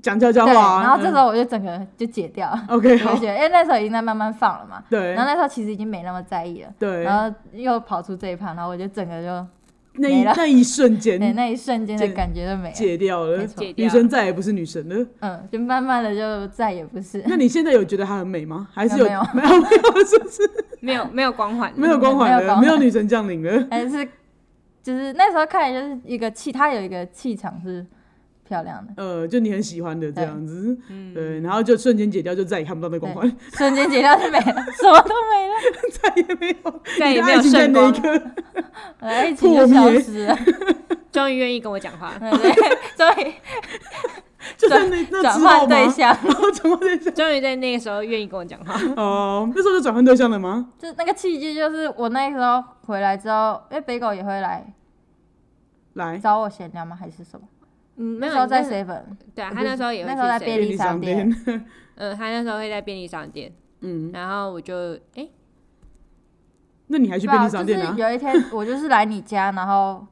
讲悄悄
对，
话啊，
然后这时
嗯
候我就整个就解掉了，
OK，
我就
好
觉，得因为那时候已经在慢慢放了嘛，
对
然，后那时候其实已经没那么在意了。
对，
然后又跑出这一盘，然后我就整个就
那一
没了
那一瞬
对
间
那一瞬间的
解
感觉就没了，
解掉了
没，错
解掉
女
了
生再也不是女神 了。
嗯，就慢慢的就再也 不是，
那你现在有觉得她很美吗？还是有
没有嗯
没有没有，是不是
没有没有光环，
没有光环
没有光
了，
环
没有女神降临 了？
但是就是那时候看起来就是一个气，她有一个气场是漂亮的，
呃，就你很喜欢的这
对
样子，
嗯
对，然后就瞬间解掉，就再也看不到那光环，
瞬间解掉就没了，什么都没了，
再也没有，
再也
啊你的
没有
爱情在
圣
哪一
光，
刻？
我的爱情就消失了，
终于愿意跟我讲话了，
对 对，终于
就在 那那
转
之后
换对
吗？
象，
然后转换对象，
终于在那个时候愿意跟我讲话。
哦，那时候就转换对象了吗？
就那个契机就是我那时候回来之后，因为北狗也会来
来，
找我闲聊吗？还是什么？
嗯，没
那
有
时候在
那
seven，
对啊，
不
他
是
那时候也会
那时候在
去
便
seven
利商
商
店，
嗯，他那时候会在便利商店，
嗯，
然后我就哎、
那你还去
对啊
便利商店
就
啊
是？有一天我就是来你家，然后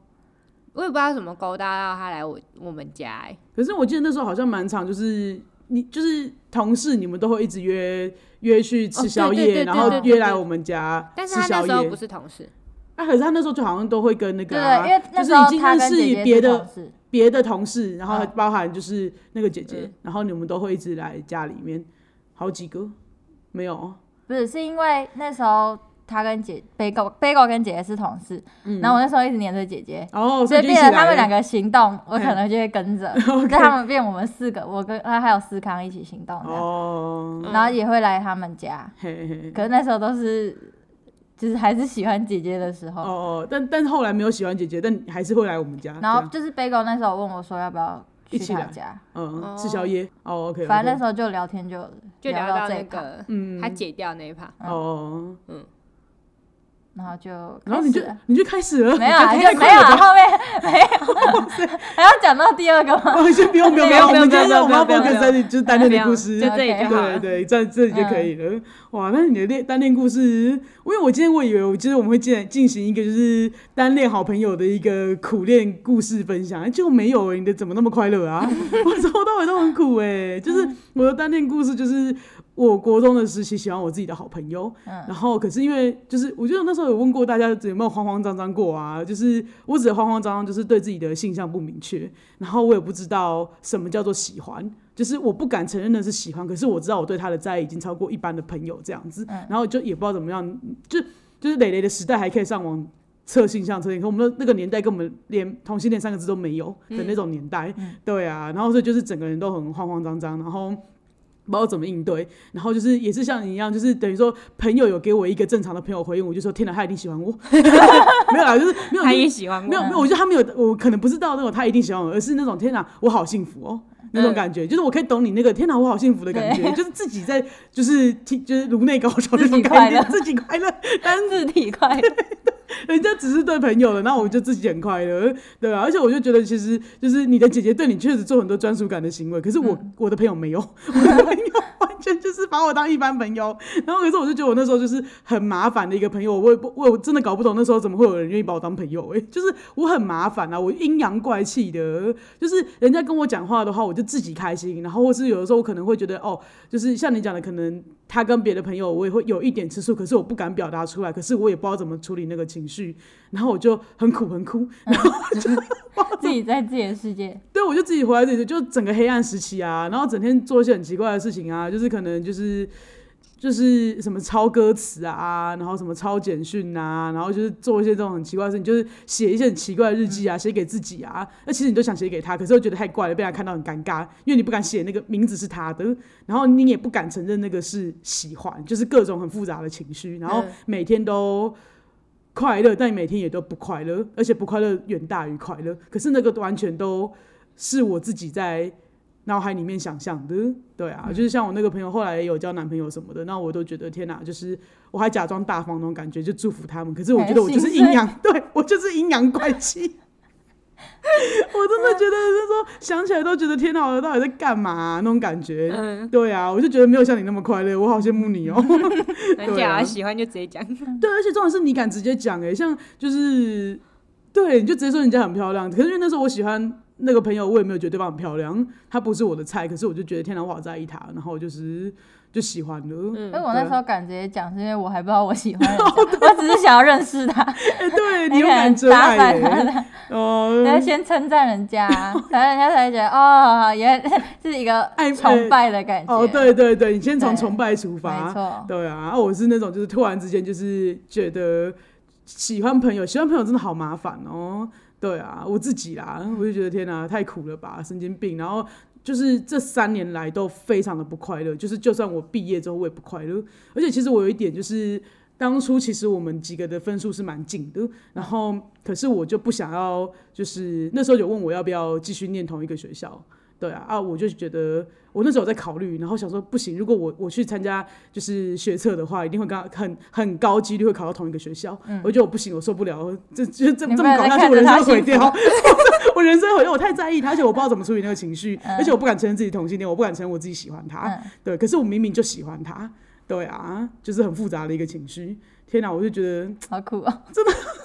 我也不知道怎么勾搭到他来我我们家、哎，
可是我记得那时候好像蛮常就是你就是同事，你们都会一直约约去吃宵
哦对对
夜，
对
然后
对对
约来我们家
但是
吃
他那
宵
时候
夜
不。是同事，
啊，可是他那时候就好像都会跟那个
对，
啊、
因为
就
那
是
时
已
候
经
他
认
跟
识
姐姐
别
是
的
同事，
别的同事，然后
嗯
包含就是那个姐姐，
嗯
然后你们都会一直来家里面，好几个没有，
不是是因为那时候他跟姐贝狗贝狗跟姐姐是同事，然后我那时候一直黏着姐姐，
嗯哦，
所以
就一
变
起
成他们两
来了
个行动，我
嗯
可能就会 跟着，
OK
就他们变我们四个，我跟他还有思康一起行动这样，
哦，
然后也会来他们家，
嘿嘿，
可是那时候都是就是还是喜欢姐姐的时候，
哦哦，但但后来没有喜欢姐姐，但还是会来我们家，
然后
这样
就是贝狗那时候问我说要不要
啊一
去
起
他
来
家，
嗯吃宵夜，哦 OK，
反正那时候就聊天就
就聊
到
到
这
那
一趴，
个
嗯
他解掉那一趴，
候哦，
然后就
然后
开
你就
始了
你就开始了，
没有啊，
你
就
就
没
开始
有
了
啊，
吧，
后面没有，还要讲到第二个 吗？
哦，先不用不用不用，
没有
我
没有
们今天
没有
我们要
没有没
focus
有
在就是单恋的故事，
就这里就好
对
了。嗯
对，在这里就可以了。哇，那你的恋单恋故事，因为我今天我以为我就是我们会进进行一个就是单恋好朋友的一个苦恋故事分享，就没有、欸、你的怎么那么快乐啊？ 我从头到尾都很苦哎、就是
嗯
我的单恋故事就是。我国中的时期喜欢我自己的好朋友，
嗯
然后可是因为就是我觉得那时候有问过大家有没有慌慌张张过啊，就是我只是慌慌张张，就是对自己的性向不明确，然后我也不知道什么叫做喜欢，就是我不敢承认那是喜欢，可是我知道我对他的在意已经超过一般的朋友这样子，然后就也不知道怎么样，就就是磊磊的时代还可以上网。测性向测验，可我们那那个年代根本连同性恋三个字都没有的那种年代，对啊，然后所以就是整个人都很慌慌张张，然后不知道怎么应对，然后就是也是像你一样，就是等于说朋友有给我一个正常的朋友回应，我就说天哪，他一定喜欢我， 没有啦，就是没有，
他
就是
也喜欢我，
嗯
没有没有，我觉得他没有，我可能不是到那种他一定喜欢我，而是那种天哪，我好幸福哦。
嗯
那种感觉，就是我可以懂你那个“天哪，我好幸福”的感觉，就是自己在，就是听，就是颅内高潮那
自
种
己
概
快
念
乐，
自己快乐。
单字体快乐，
人家只是对朋友的，那我就自己很快乐，对啊。而且我就觉得，其实就是你的姐姐对你确实做很多专属感的行为，可是我、我的朋友没有， 我的朋友完全就是把我当一般朋友。然后可是我就觉得我那时候就是很麻烦的一个朋友，我也不我我真的搞不懂那时候怎么会有人愿意把我当朋友、欸，就是我很麻烦啊，我阴阳怪气的，就是人家跟我讲话的话，我就自己开心，然后或是有的时候我可能会觉得哦，就是像你讲的，可能他跟别的朋友，我也会有一点吃醋，可是我不敢表达出来，可是我也不知道怎么处理那个情绪，然后我就很苦很苦，
自己在自己的世界，
对，我就自己回来自己就整个黑暗时期啊，然后整天做一些很奇怪的事情啊，就是可能就是就是什么抄歌词啊，然后什么抄简讯啊，然后就是做一些这种很奇怪的事情，就是写一些很奇怪的日记啊，写给自己啊。那其实你都想写给他，可是又觉得太怪了，被他看到很尴尬，因为你不敢写那个名字是他的，然后你也不敢承认那个是喜欢，就是各种很复杂的情绪，然后
嗯
每天都。快乐，但每天也都不快乐，而且不快乐远大于快乐。可是那个完全都是我自己在脑海里面想象的，对啊，就是像我那个朋友后来也有交男朋友什么的，那我都觉得天哪，就是我还假装大方那种感觉，就祝福他们。可是我觉得我就是阴阳， 对我就是阴阳怪气。 我真的觉得那时候想起来都觉得天哪，我到底在干嘛啊、那种感觉。
嗯，
对啊，我就觉得没有像你那么快乐，我好羡慕你哦、
很
对
假
啊
啊，喜欢就直接讲，
对，而且重点是你敢直接讲哎、像就是对，你就直接说人家很漂亮。可是因为那时候我喜欢那个朋友，我也没有觉得对方很漂亮，她不是我的菜，可是我就觉得天哪，我好在意她，然后我就是就喜欢了。
嗯
因哎为 我
对啊
那时候敢直接讲，是因为我还不知道我喜 欢人家， 我只是想要认识他，
哎、 对 你
你
有
可
敢
能
追
打
爱
扮
耶、
他的，
哦、
然后先称赞 人家，然后人家才觉得哦，原来是一个
爱
崇拜的感觉，
哦，对对对，你先从
对
崇拜出发，
没错
对啊，啊我是那种就是突然之间就是觉得喜欢朋友，喜欢朋友真的好麻烦哦。对啊，我自己啦，我就觉得天哪、太苦了吧，神经病。然后就是这三年来都非常的不快乐，就是就算我毕业之后我也不快乐。而且其实我有一点就是，当初其实我们几个的分数是蛮近的，然后可是我就不想要，就是那时候有问我要不要继续念同一个学校。对啊，啊，我就觉得我那时候有在考虑，然后想说不行，如果我我去参加就是学测的话，一定会跟他很很高几率会考到同一个学校。我觉得我不行，我受不了，这这这
你
这
不
么
能
搞下去，
嗯看
我人生
着他
会毁
幸
掉
福。
我人生好像我太在意他，而且我不知道怎么处理 那个情绪，而且我不敢承认自己同性恋，我不敢承认我自己喜欢他。
嗯
对，可是我明明就喜欢他。对啊，就是很复杂的一个情绪。天哪，我就觉得
好酷哦！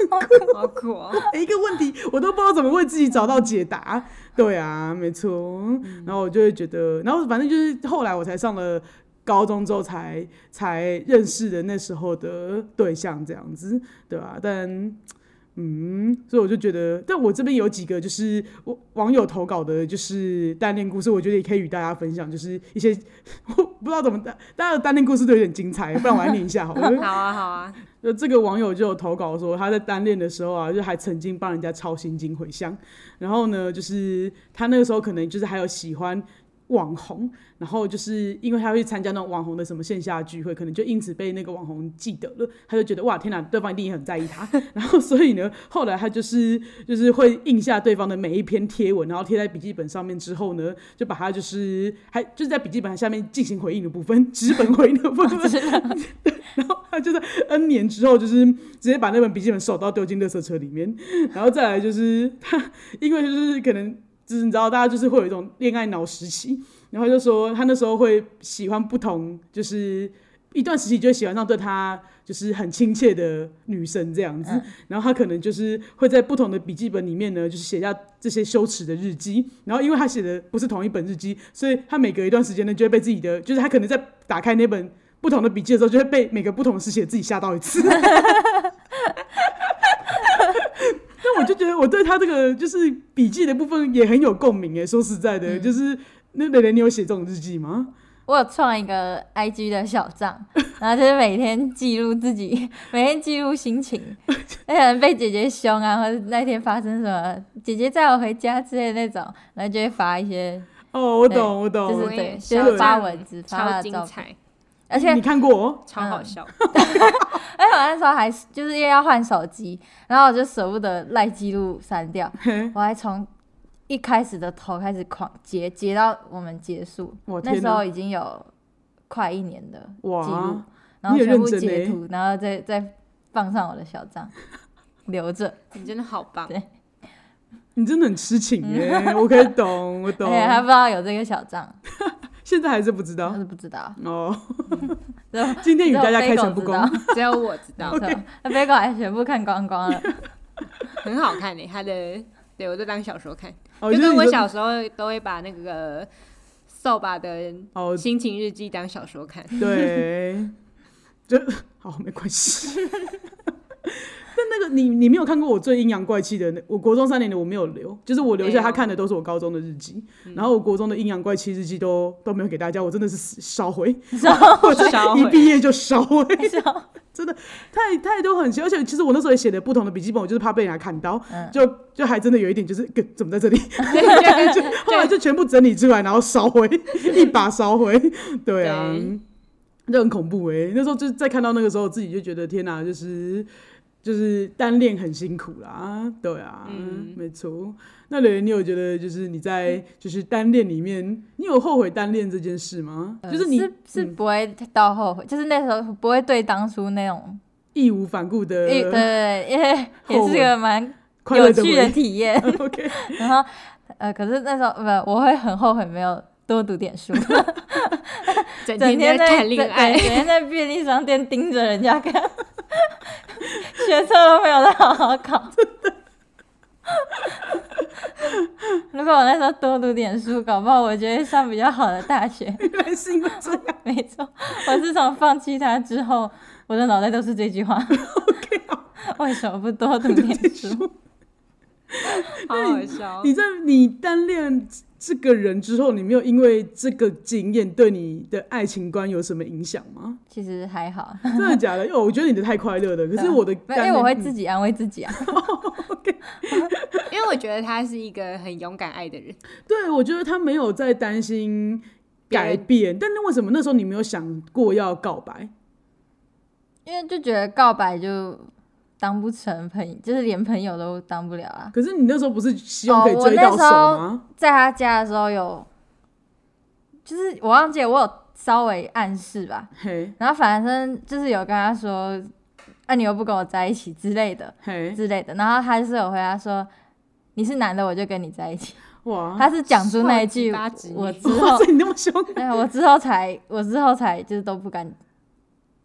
好酷 哦！
哎、一个问题我都不知道怎么为自己找到解答。对啊，没错。然后我就会觉得，然后反正就是后来我才上了高中之后才才认识的那时候的对象这样子，对吧、但嗯，所以我就觉得，但我这边有几个就是网网友投稿的，就是单恋故事，我觉得也可以与大家分享，就是一些 我不知道怎么大大家的单恋故事都有点精彩，不然我来念一下好了。
好啊，好啊，
就这个网友就有投稿说，他在单恋的时候啊，就还曾经帮人家抄心经回乡。然后呢，就是他那个时候可能就是还有喜欢网红，然后就是因为他会参加那种网红的什么线下聚会，可能就因此被那个网红记得了，他就觉得哇天哪，对方一定也很在意他。然后所以呢，后来他就是就是会印下对方的每一篇贴文，然后贴在笔记本上面之后呢，就把它就是还就是在笔记本下面进行回应的部分， 纸本回应的部分。 然后他就在 N 年之后，就是直接把那本笔记本手刀丢进垃圾车里面，然后再来就是他，因为就是可能就是你知道，大家就是会有一种恋爱脑时期，然后他就说他那时候会喜欢不同，就是一段时期就会喜欢上对他就是很亲切的女生这样子，然后他可能就是会在不同的笔记本里面呢，就是写下这些羞耻的日记，然后因为他写的不是同一本日记，所以他每隔一段时间呢，就会被自己的，就是他可能在打开那本。不同的笔记的时候，就会被每个不同的事情自己吓到一 次。但我就觉得我对他这个就是笔记的部分也很有共鸣诶。说实在的，
嗯
就是那蕾蕾，你有写这种日记吗？
我有创一个 IG 的小账， 然后就是每天记录自己，每天记录心情，那可能被姐姐凶啊，或者那天发生什么，姐姐载我回家之类的那种，然后就会发一些，
哦，我
对
懂，我懂。
就是
我也
对，
小
就是发
账
文字，发
超
她的
精
照片，嗯
彩，
而且
你看过？
超好笑。
哎，我那时候还是就是因为要换手机，然后我就舍不得赖记录删 掉，我还从一开始的头开始狂截，截到我们结束
我。
那
天
时
哪
候已经有快一年的记录
哇，，
然后
你也
全部
认真
截
欸
图，然后再再放上我的小账，留着。
你真的好棒
对！
你真的很痴情耶！
嗯
我可以懂，我
而
懂。
且哎还不知道有这个小账，
现在还是不知
我
道
是不知道。
哦。
只有
今天
只
与
有
大家
Bagel
开诚布
嗯知
公
道。
只有我知道
没，错， 那 b a g 还全部看光 光了。
很好看诶、他的对我就当小说看，
哦，
就
就是
跟
你
我
说
小时候都会把那个扫把的
哦，
心情日记当小 说 看。
对，就好没关系。 但那个你你没有看过我最阴阳怪气的那，我国中三年的我没有留，就是我留
没
下
有
他看的都是我高中的日记，然后我国中的阴阳怪气日记都都没有给大家，我真的是烧毁，我真的
烧
一
毁
毕业就烧毁，真的太太多很奇，而且其实我那时候也写的不同的笔记本，我就是怕被人家看到，就就还真的有一点就是，呃怎么在这里？
对就
就
跟
后来就全部整理出来，然后烧毁，一把烧毁。对啊，
对
那很恐怖哎、那时候就再看到那个时候，自己就觉得天哪、就是就是单恋很辛苦啦。对啊，
嗯
没错。那蕾蕾，你有觉得就是你在就是单恋里面，你有后悔单恋这件事吗？就是你
呃
嗯
是是不会到后悔，就是那时候不会对当初那种
义无反顾的
对对对，因为也是个蛮
呃快乐
呃有
的
趣的
回忆。
体验。
OK，
然后呃，可是那时候不，我会很后悔没有多读点书，
整天
整天
在
在
谈恋爱
整，整天在便利商店盯着人家看， 学测都没有在好好考。 如果我那时候多读点书，搞不好我就会上比较好的大学。
原来是因为这样。
没错，我自从放弃它之后，我的脑袋都是这 句话。 为什么不多读点书？
好好笑。哦
你在你单恋这个人之后，你没有因为这个经验对你的爱情观有什么影响 吗？
其实 还好，
真的假的？因为我觉得你的太快乐了，可是我的
没
单恋，
有因为啊哎我会自
嗯
己
己安慰自己啊。
因为我觉得他是一个很勇敢爱的人，
对我觉得他没有在担心改变，但是为什么那时候你没有想过要告白？
因为就觉得告白就当不成朋友，就是连朋友都当不了啊。
可是你那时候不是希望可以
哦
追到手
我那
吗？
在他家的时候有，就是我忘记了我有稍微暗示吧，
嘿
然后反正就是有跟他说，啊你又不跟我在一起之类的
嘿，
之类的，然后他就是有回答说。你是男的，我就跟你在一起。
哇！
他是讲出那一句
算计八级，
我之
哇
后
塞，，你那么凶，
哎，我之后才，我之后才就是都不敢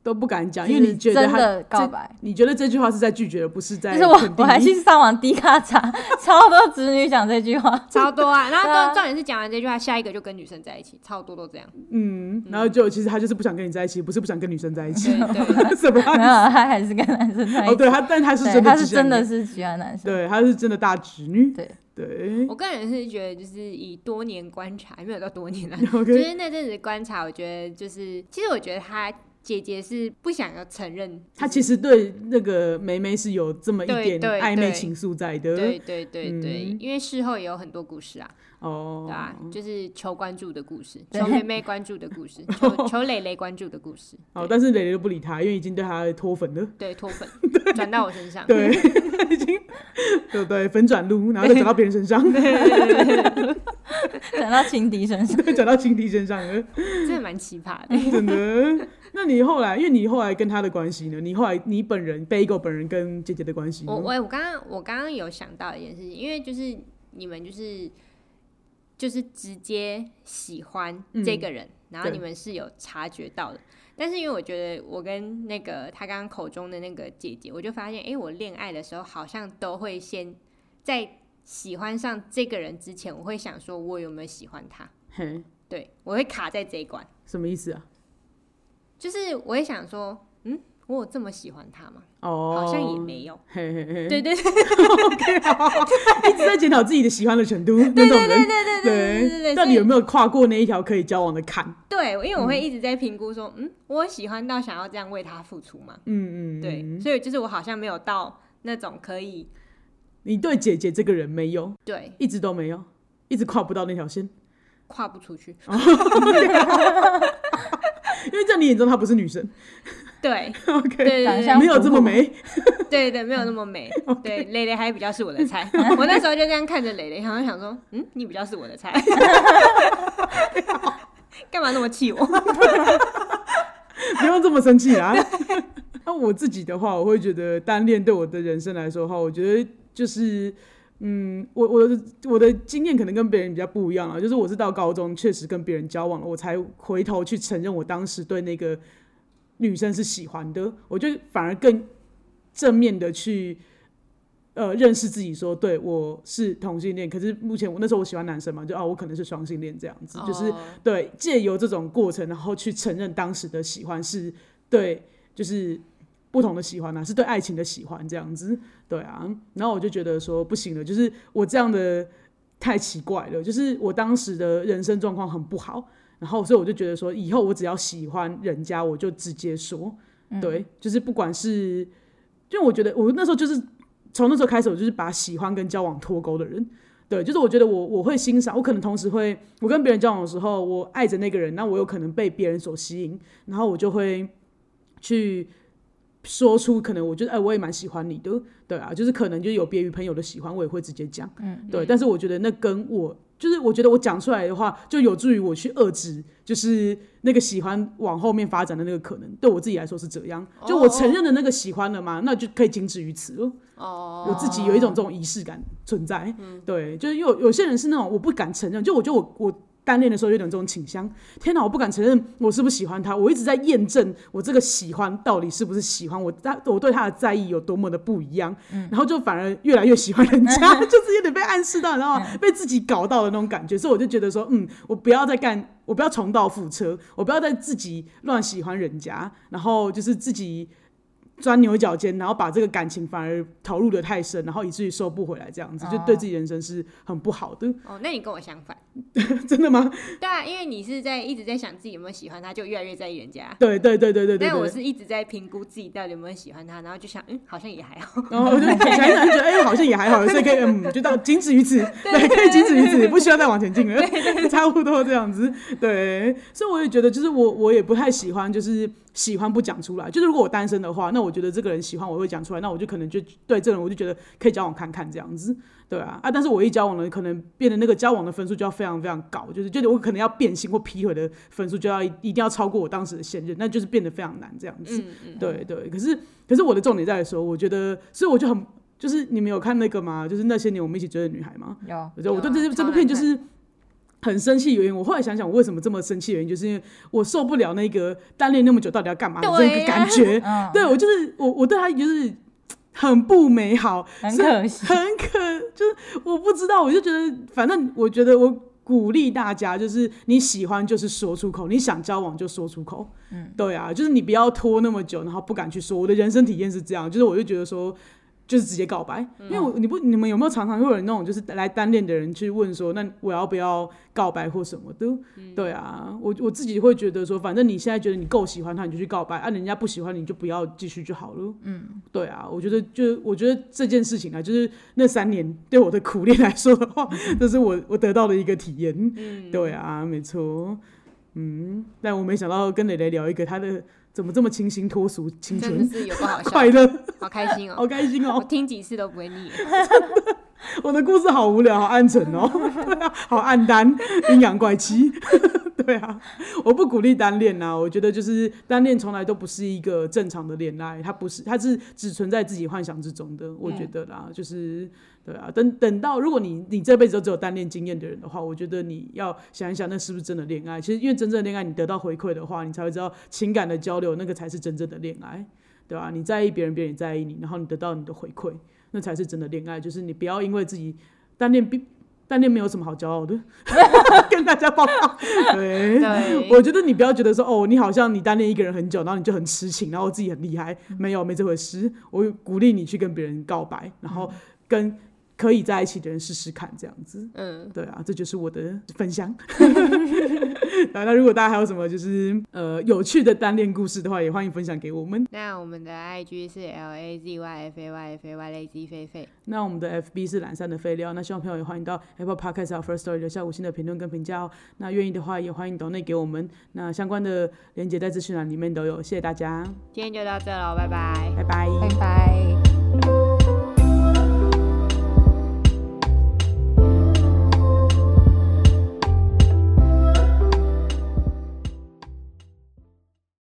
都不敢讲，
就
因为
是
你觉得
真
他
的告
这
白
你觉得这句话是在拒绝，不是在
就是我
肯
我
定
还
你
去上网低卡查， 超多直女讲这句话。
超多啊！然后
对啊
重重点是讲完这句话，下一个就跟女生在一起，超多都这样。
嗯，然后就其实他就是不想跟你在一起，不是不想跟女生在一起
对 对，
什么
没
啊？
有，他还是跟男生在一
哦，
起。
对他，但他是
对，
真的，
他是真的，是喜欢男生。
对，他是真的大直女，
对
对
我个人是觉得，就是以多年观察，没有到多年啊，
，OK，
就是那阵子观察，我觉得就是，其实我觉得她姐姐是不想要承认，
他其实对那个梅梅是有这么一
对
点
对
暧昧
对
情愫在的，
对对对对，
呃嗯
因为事后也有很多故事啊，
哦
对，啊，就是求关注的故事，
对
求 妹妹关注的故事，求求蕾蕾关注的故事，
哦，
对
但是蕾蕾都不理他，因为已经对他脱粉了，
对 脱粉转到我身上，
对，已经对对粉转路，然后再转到别人身上，
转到情敌身上，
对，转到情敌身上了，
真的蛮奇葩的。
真的。那你后来，因为你后来跟他的关系呢？你后来你本人 Bagel 本人跟姐姐的关系呢，
我我我刚刚我刚刚有想到一件事情，因为就是你们就是就是直接喜欢这个人，然后
嗯对
你们是有察觉到的。但是因为我觉得我跟那个他刚刚口中的那个姐姐，我就发现，哎、我恋爱的时候好像都会先在喜欢上这个人之前，我会想说我有没有喜欢他，
嘿，
对我会卡在这一关，
什么意思啊？
就是我会想说，嗯，我有这么喜欢他吗？
哦，
好像也没 有，
嘿嘿嘿，
对对对
，OK，好，一直在检讨自己的喜欢的程度，那种人，
对对对对对，
到
所
底
以
有没有跨过那一条可以交往的坎？
对，因为我会一直在评估说，嗯我喜欢到想要这样为他付出嘛？
嗯嗯，
对，
嗯
所以就是我好像没有到那种可以
你对姐姐这个人没有，
对
一直都没有，一直跨不到那条线，
跨不 出去。
因为在你眼中她不是女生
对
，OK，
对
长
对
相
没
对
有这么美，
对对，没有那么 美。对，蕾蕾还比较是我的菜。我那时候就这样看着蕾蕾，好像想说，嗯，你比较是我的 菜，干嘛那么气我？
不用这么生气啦。那我自己的话，我会觉得单恋对我的人生来说的话，我觉得就是。嗯，我我的我的经验可能跟别人比较不一样啊，就是我是到高中确实跟别人交往了，我才回头去承认我当时对那个女生是喜欢的，我就反而更正面的去呃认识自己说对我是同性恋，可是目前我那时候我喜欢男生嘛，就啊我可能是双性恋这样子，就是
哦
对，借由这种过程，然后去承认当时的喜欢是对，就是不同的喜欢啊，是对爱情的喜欢这样子，对啊。然后我就觉得说不行了，就是我这样的太奇怪了，就是我当时的人生状况很不好，然后所以我就觉得说，以后我只要喜欢人家，我就直接说，对，就是不管是，就我觉得我那时候就是从那时候开始，我就是把喜欢跟交往脱钩的人。对，就是我觉得我我会欣赏，我可能同时会，我跟别人交往的时候，我爱着那个人，那我有可能被别人所吸引，然后我就会去说出可能我觉得哎，我也蛮喜欢你的，对啊，就是可能就有别于朋友的喜欢，我也会直接讲，嗯，对，但是我觉得那跟我就是我觉得我讲出来的话，就有助于我去遏制，就是那个喜欢往后面发展的那个可能，对我自己来说是这样，就我承认了那个喜欢了嘛，那就可以仅止于此了。
哦，
我自己有一种这种仪式感存在。对，就是有有些人是那种我不敢承认，就我觉得我我单恋的时候有点这种倾向。天哪，我不敢承认我是不是喜欢他，我一直在验证我这个喜欢到底是不是喜欢我，他我对他的在意有多么的不一样，然后就反而越来越喜欢人家，就是有点被暗示到，你知道吗？被自己搞到的那种感觉，所以我就觉得说，嗯，我不要再干。我不要重蹈覆辙，我不要再自己乱喜欢人家，然后就是自己钻牛角尖，然后把这个感情反而投入的太深，然后以至于收不回来，这样子、就对自己人生是很不好的。
哦，那你跟我相反，
真的吗？
对啊，因为你是在一直在想自己有没有喜欢他，就越来越在意人家。
对对对对对对
但我
对。
是一直在评估自己到底有没有喜欢他，然后就想，嗯，好像也还好。
然后我就想想想，觉得哎、好像也还好，所以可以嗯，就到仅止于此，对，可以仅止于此，不需要再往前进了， 差不多这样子。对，所以我也觉得，就是我我也不太喜欢，就是喜欢不讲出来。就是如果我单身的话，那我觉得这个人喜欢我会讲出来，那我就可能就对这个人我就觉得可以交往看看这样子。对啊，啊，但是我一交往了，可能变得那个交往的分数就要非常非常高，就是就是我可能要变性或劈腿的分数就要一一定要超过我当时的现任，那就是变得非常难这样子。
嗯嗯，
对对，可是可是我的重点在于说，我觉得，所以我就很就是你们有看那个吗？就是那些年我们一起追的女孩吗？
有
我觉得我对
有啊
这
超
这部片就
难
是很生气的原因。我后来想想，我为什么这么生气的原因，就是因为我受不了那个单恋那么久到底要干嘛的
对
这个
呀
感觉。
嗯，
对我就是我，我对他就是很不美好，
很
所以
可惜
很可就是我不知道，我就觉得反正我觉得我。鼓励大家，就是你喜欢就是说出口，你想交往就说出口。嗯，对啊，就是你不要拖那么久，然后不敢去说。我的人生体验是这样，就是我就觉得说，就是直接告白，
嗯
因为我你不你们有没有常常会有人那种就是来单恋的人去问说，那我要不要告白或什么的？
嗯
对啊，我我自己会觉得说，反正你现在觉得你够喜欢他，你就去告白；啊，人家不喜欢你就不要继续就好了。嗯，对啊，我觉得就我觉得这件事情啊，就是那三年对我的苦练来说的话，
嗯
这是我我得到的一个体验。嗯， 对啊，没错。嗯，但我没想到跟蕾蕾聊一个他的怎么这么清新脱俗、青
真的
春
是有个好 笑
快，乐，
好开心
好
哦！
开心哦
我！听几次都不会 腻。
我的故事好无聊，好暗沉哦， 对啊，好暗淡，阴阳怪气， 对啊，我不鼓励单恋呐、我觉得就是单恋从来都不是一个正常的恋爱，它不是，它是只存在自己幻想之中的，我觉得啦，就是对啊，等等到如果你你这辈子都只有单恋经验的人的话，我觉得你要想一想，那是不是真的恋爱？其实因为真正的恋爱，你得到回馈的话，你才会知道情感的交流，那个才是真正的恋爱。对啊，你在意别人，别人也在意你，然后你得到你的回馈，那才是真的恋爱。就是你不要因为自己单恋并单恋没有什么好骄傲的， 跟大家报告。对，
对
我觉得你不要觉得说哦，你好像你单恋一个人很久，然后你就很痴情，然后自己很厉害，没有没这回事。我鼓励你去跟别人告白，然后跟可以在一起的人试试看，这样子。
嗯，
对啊，这就是我的分享。 啊，那如果大家还有什么就是呃有趣的单恋故事的话，也欢迎分享给我们。
那我们的 IG 是 L A Z Y F A Y F A Y Lazy 菲菲。
那我们的 FB 是懒散的废料，那希望朋友也欢迎到 Apple Podcast 和 First Story 留下五星的评论跟评价哦。那愿意的话，也欢迎抖内给我们。那相关的链接在资讯栏里面都有，谢谢大家，
今天就到这喽，拜拜。
拜拜。
拜拜。